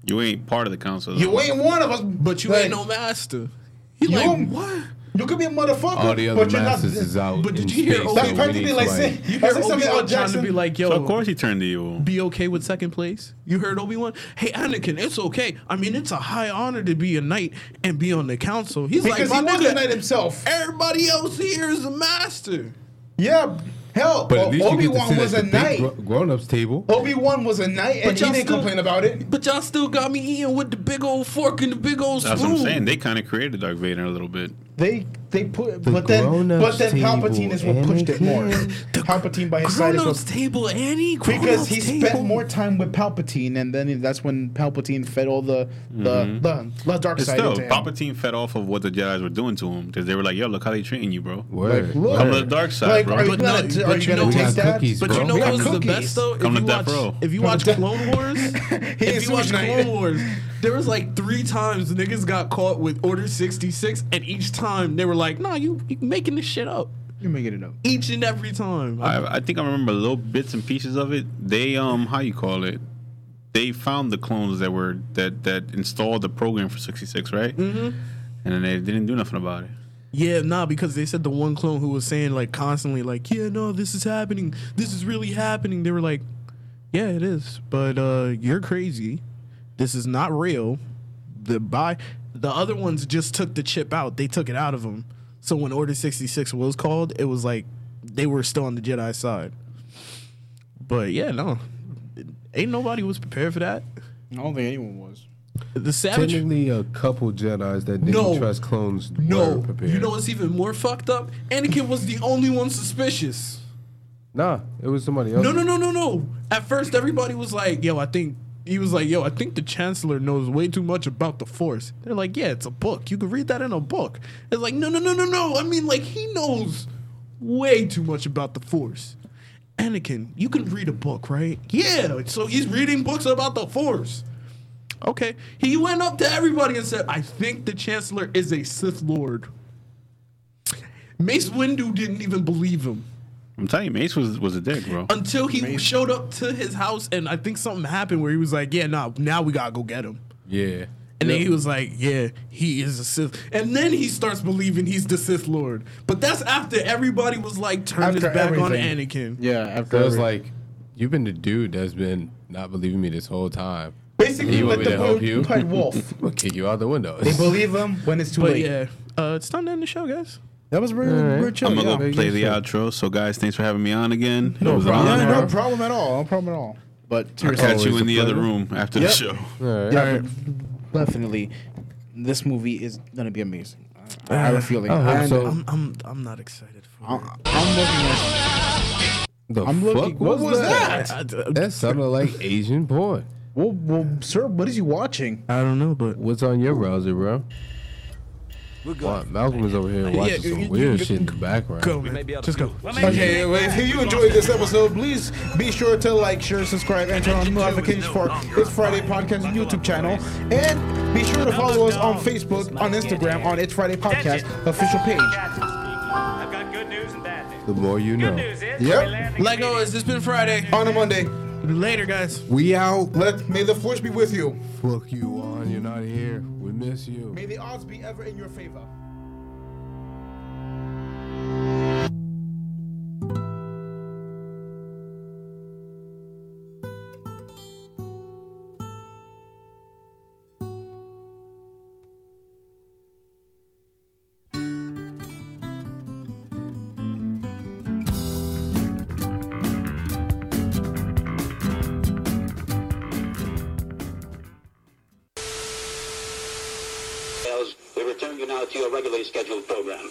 H: you ain't part of the council. though.
G: You ain't one of us,
E: but you ain't no master. He
G: You-
E: like what?
G: You could be a motherfucker,
F: All the other
G: but you're not.
F: masters is out.
E: but
F: in
E: did you hear
F: space,
E: Obi-
F: so
G: That's
F: we
G: practically
F: need
G: like
F: somebody-
G: saying
E: You heard
G: that's like
E: Obi
G: something L.
E: Wan trying to
G: Jackson.
E: be like, yo,
H: So of course he turned to you.
E: be okay with second place? You heard Obi Wan? Hey, Anakin, it's okay. I mean, it's a high honor to be a knight and be on the council. He's
G: because
E: like,
G: he
E: my
G: was
E: nigga,
G: the knight himself.
E: everybody else here is a master.
G: Yeah, hell,
F: But at least you
G: Obi
F: get to
G: Wan
F: sit
G: "Oh, was
F: at
G: a
F: the big
G: knight. Oh,
F: gr- Grown-ups table.
G: Obi Wan was a knight, and he
E: y'all
G: didn't
E: still-
G: complain about it.
E: But y'all still got me eating with the big old fork and the big old spoon.
H: That's what I'm saying. They kind of created Darth Vader a little bit.
G: They they put,
F: The
G: but then
F: grown-ups
G: but then
F: table,
G: Palpatine is what pushed it more.
F: Anakin.
G: Palpatine by his side is
E: Grown-ups
G: what,
E: table, Annie. Grown
G: because he spent more time with Palpatine, and then that's when Palpatine fed all the the the, the dark
H: It's
G: side
H: still,
G: into him.
H: Palpatine fed off of what the Jedi's were doing to him because they were like, "Yo, look how they treating you, bro.
F: Word.
G: look.
H: Come to the
F: word.
H: dark side,
G: like,
H: bro."
G: are you
E: But
G: gonna,
E: no,
G: are
E: but
G: you
E: you
G: gonna
E: know
F: We
G: taste
F: got
G: that?
F: cookies,
E: But
F: bro.
E: you know
F: We got
E: what was the
G: cookies.
E: best though? If
H: Come
E: you,
H: to Death Row.
E: watch, if you watch Clone Wars, if
G: is
E: you watch
G: Suge Knight.
E: Clone Wars, there was like three times niggas got caught with Order 66, and each time they were like, nah, you, you making this shit up.
G: You're making it up.
E: Each and every time.
H: I, I think I remember little bits and pieces of it. They um, how you call it? They found the clones that were that that installed the program for sixty six, right? Mm-hmm. And then they didn't do nothing about it.
E: yeah, nah, because they said the one clone who was saying like constantly, like, yeah, no, this is happening. This is really happening. They were like, yeah, it is. But uh, you're crazy. This is not real. The by the other ones just took the chip out. They took it out of them. So when Order 66 was called, it was like they were still on the Jedi side. But yeah, no. Ain't nobody was prepared for that.
G: I don't think anyone was.
E: The savage
F: Technically, a couple Jedi's that didn't
E: No.
F: trust clones
E: No,
F: were prepared.
E: you know what's even more fucked up? Anakin was the only one suspicious.
F: nah, it was somebody else.
E: No, no, no, no, no. At first, everybody was like, "Yo, I think." He was like, "Yo, I think the Chancellor knows way too much about the Force." They're like, "Yeah, it's a book. You can read that in a book." It's like, "No, no, no, no, no. I mean, like, he knows way too much about the Force." Anakin, you can read a book, right? Yeah. So he's reading books about the Force. Okay. He went up to everybody and said, I think the Chancellor is a Sith Lord. Mace Windu didn't even believe him.
H: I'm telling you, Mace was was a dick, bro.
E: until he showed up to his house and I think something happened where he was like, "Yeah, nah, now we gotta go get him."
F: Yeah.
E: And then he was like, "Yeah, he is a Sith," and then he starts believing he's the Sith Lord. But that's after everybody was like, "Turn his
G: After
E: back on
G: everything.
E: Anakin."
G: Yeah, after
F: So it's
G: every-
F: like, you've been the dude that's been not believing me this whole time.
G: basically
F: you
G: let
F: want me
G: the
F: to help
G: boy
F: you?
G: play wolf.
F: I'm gonna kick you out the window.
G: They believe him when it's too
E: But
G: late.
E: yeah, uh, it's time to end the show, guys.
G: That was real, real chill.
H: I'm gonna
G: yeah.
H: go play the outro. So guys, thanks for having me on again. No
G: Yeah,
H: problem.
G: no problem at all. No problem at all. But
H: I'll catch you
F: Always
H: in
F: a
H: the other
F: pleasure.
H: room after
G: Yep.
H: the show.
G: Yeah, definitely, this movie is gonna be amazing. I I have a feeling.
F: I hope
G: And
F: so.
E: I'm, I'm, I'm not excited for.
G: I- I'm looking at.
F: The
G: I'm
F: fuck
G: looking. What was that?
E: it. I,
G: Uh,
F: That sounded like Asian porn.
G: Well, well, sir, what is you watching?
E: I don't know, but
F: What's on your browser, bro? Wow, Malcolm is over here watching
E: you-
F: some
E: you-
F: weird
E: you-
F: shit in the background.
E: go, man. Just go.
G: Okay, well, if you enjoyed this episode, please be sure to like, share, subscribe, and turn on notifications for It's Friday Podcast on YouTube channel. And be sure to follow us on Facebook, on Instagram, on It's Friday Podcast official page.
D: I've got good news and bad news.
F: The more you
D: Good
F: know.
D: news is
G: Yep.
D: we landed
E: Lego, has this been Friday?
G: On a Monday, Oh,
E: Later, guys.
F: We out.
G: let may the force be with you.
F: Fuck you on. You're not here. We miss you.
G: May the odds be ever in your favor.
J: Bells, we return you now to your regularly scheduled program.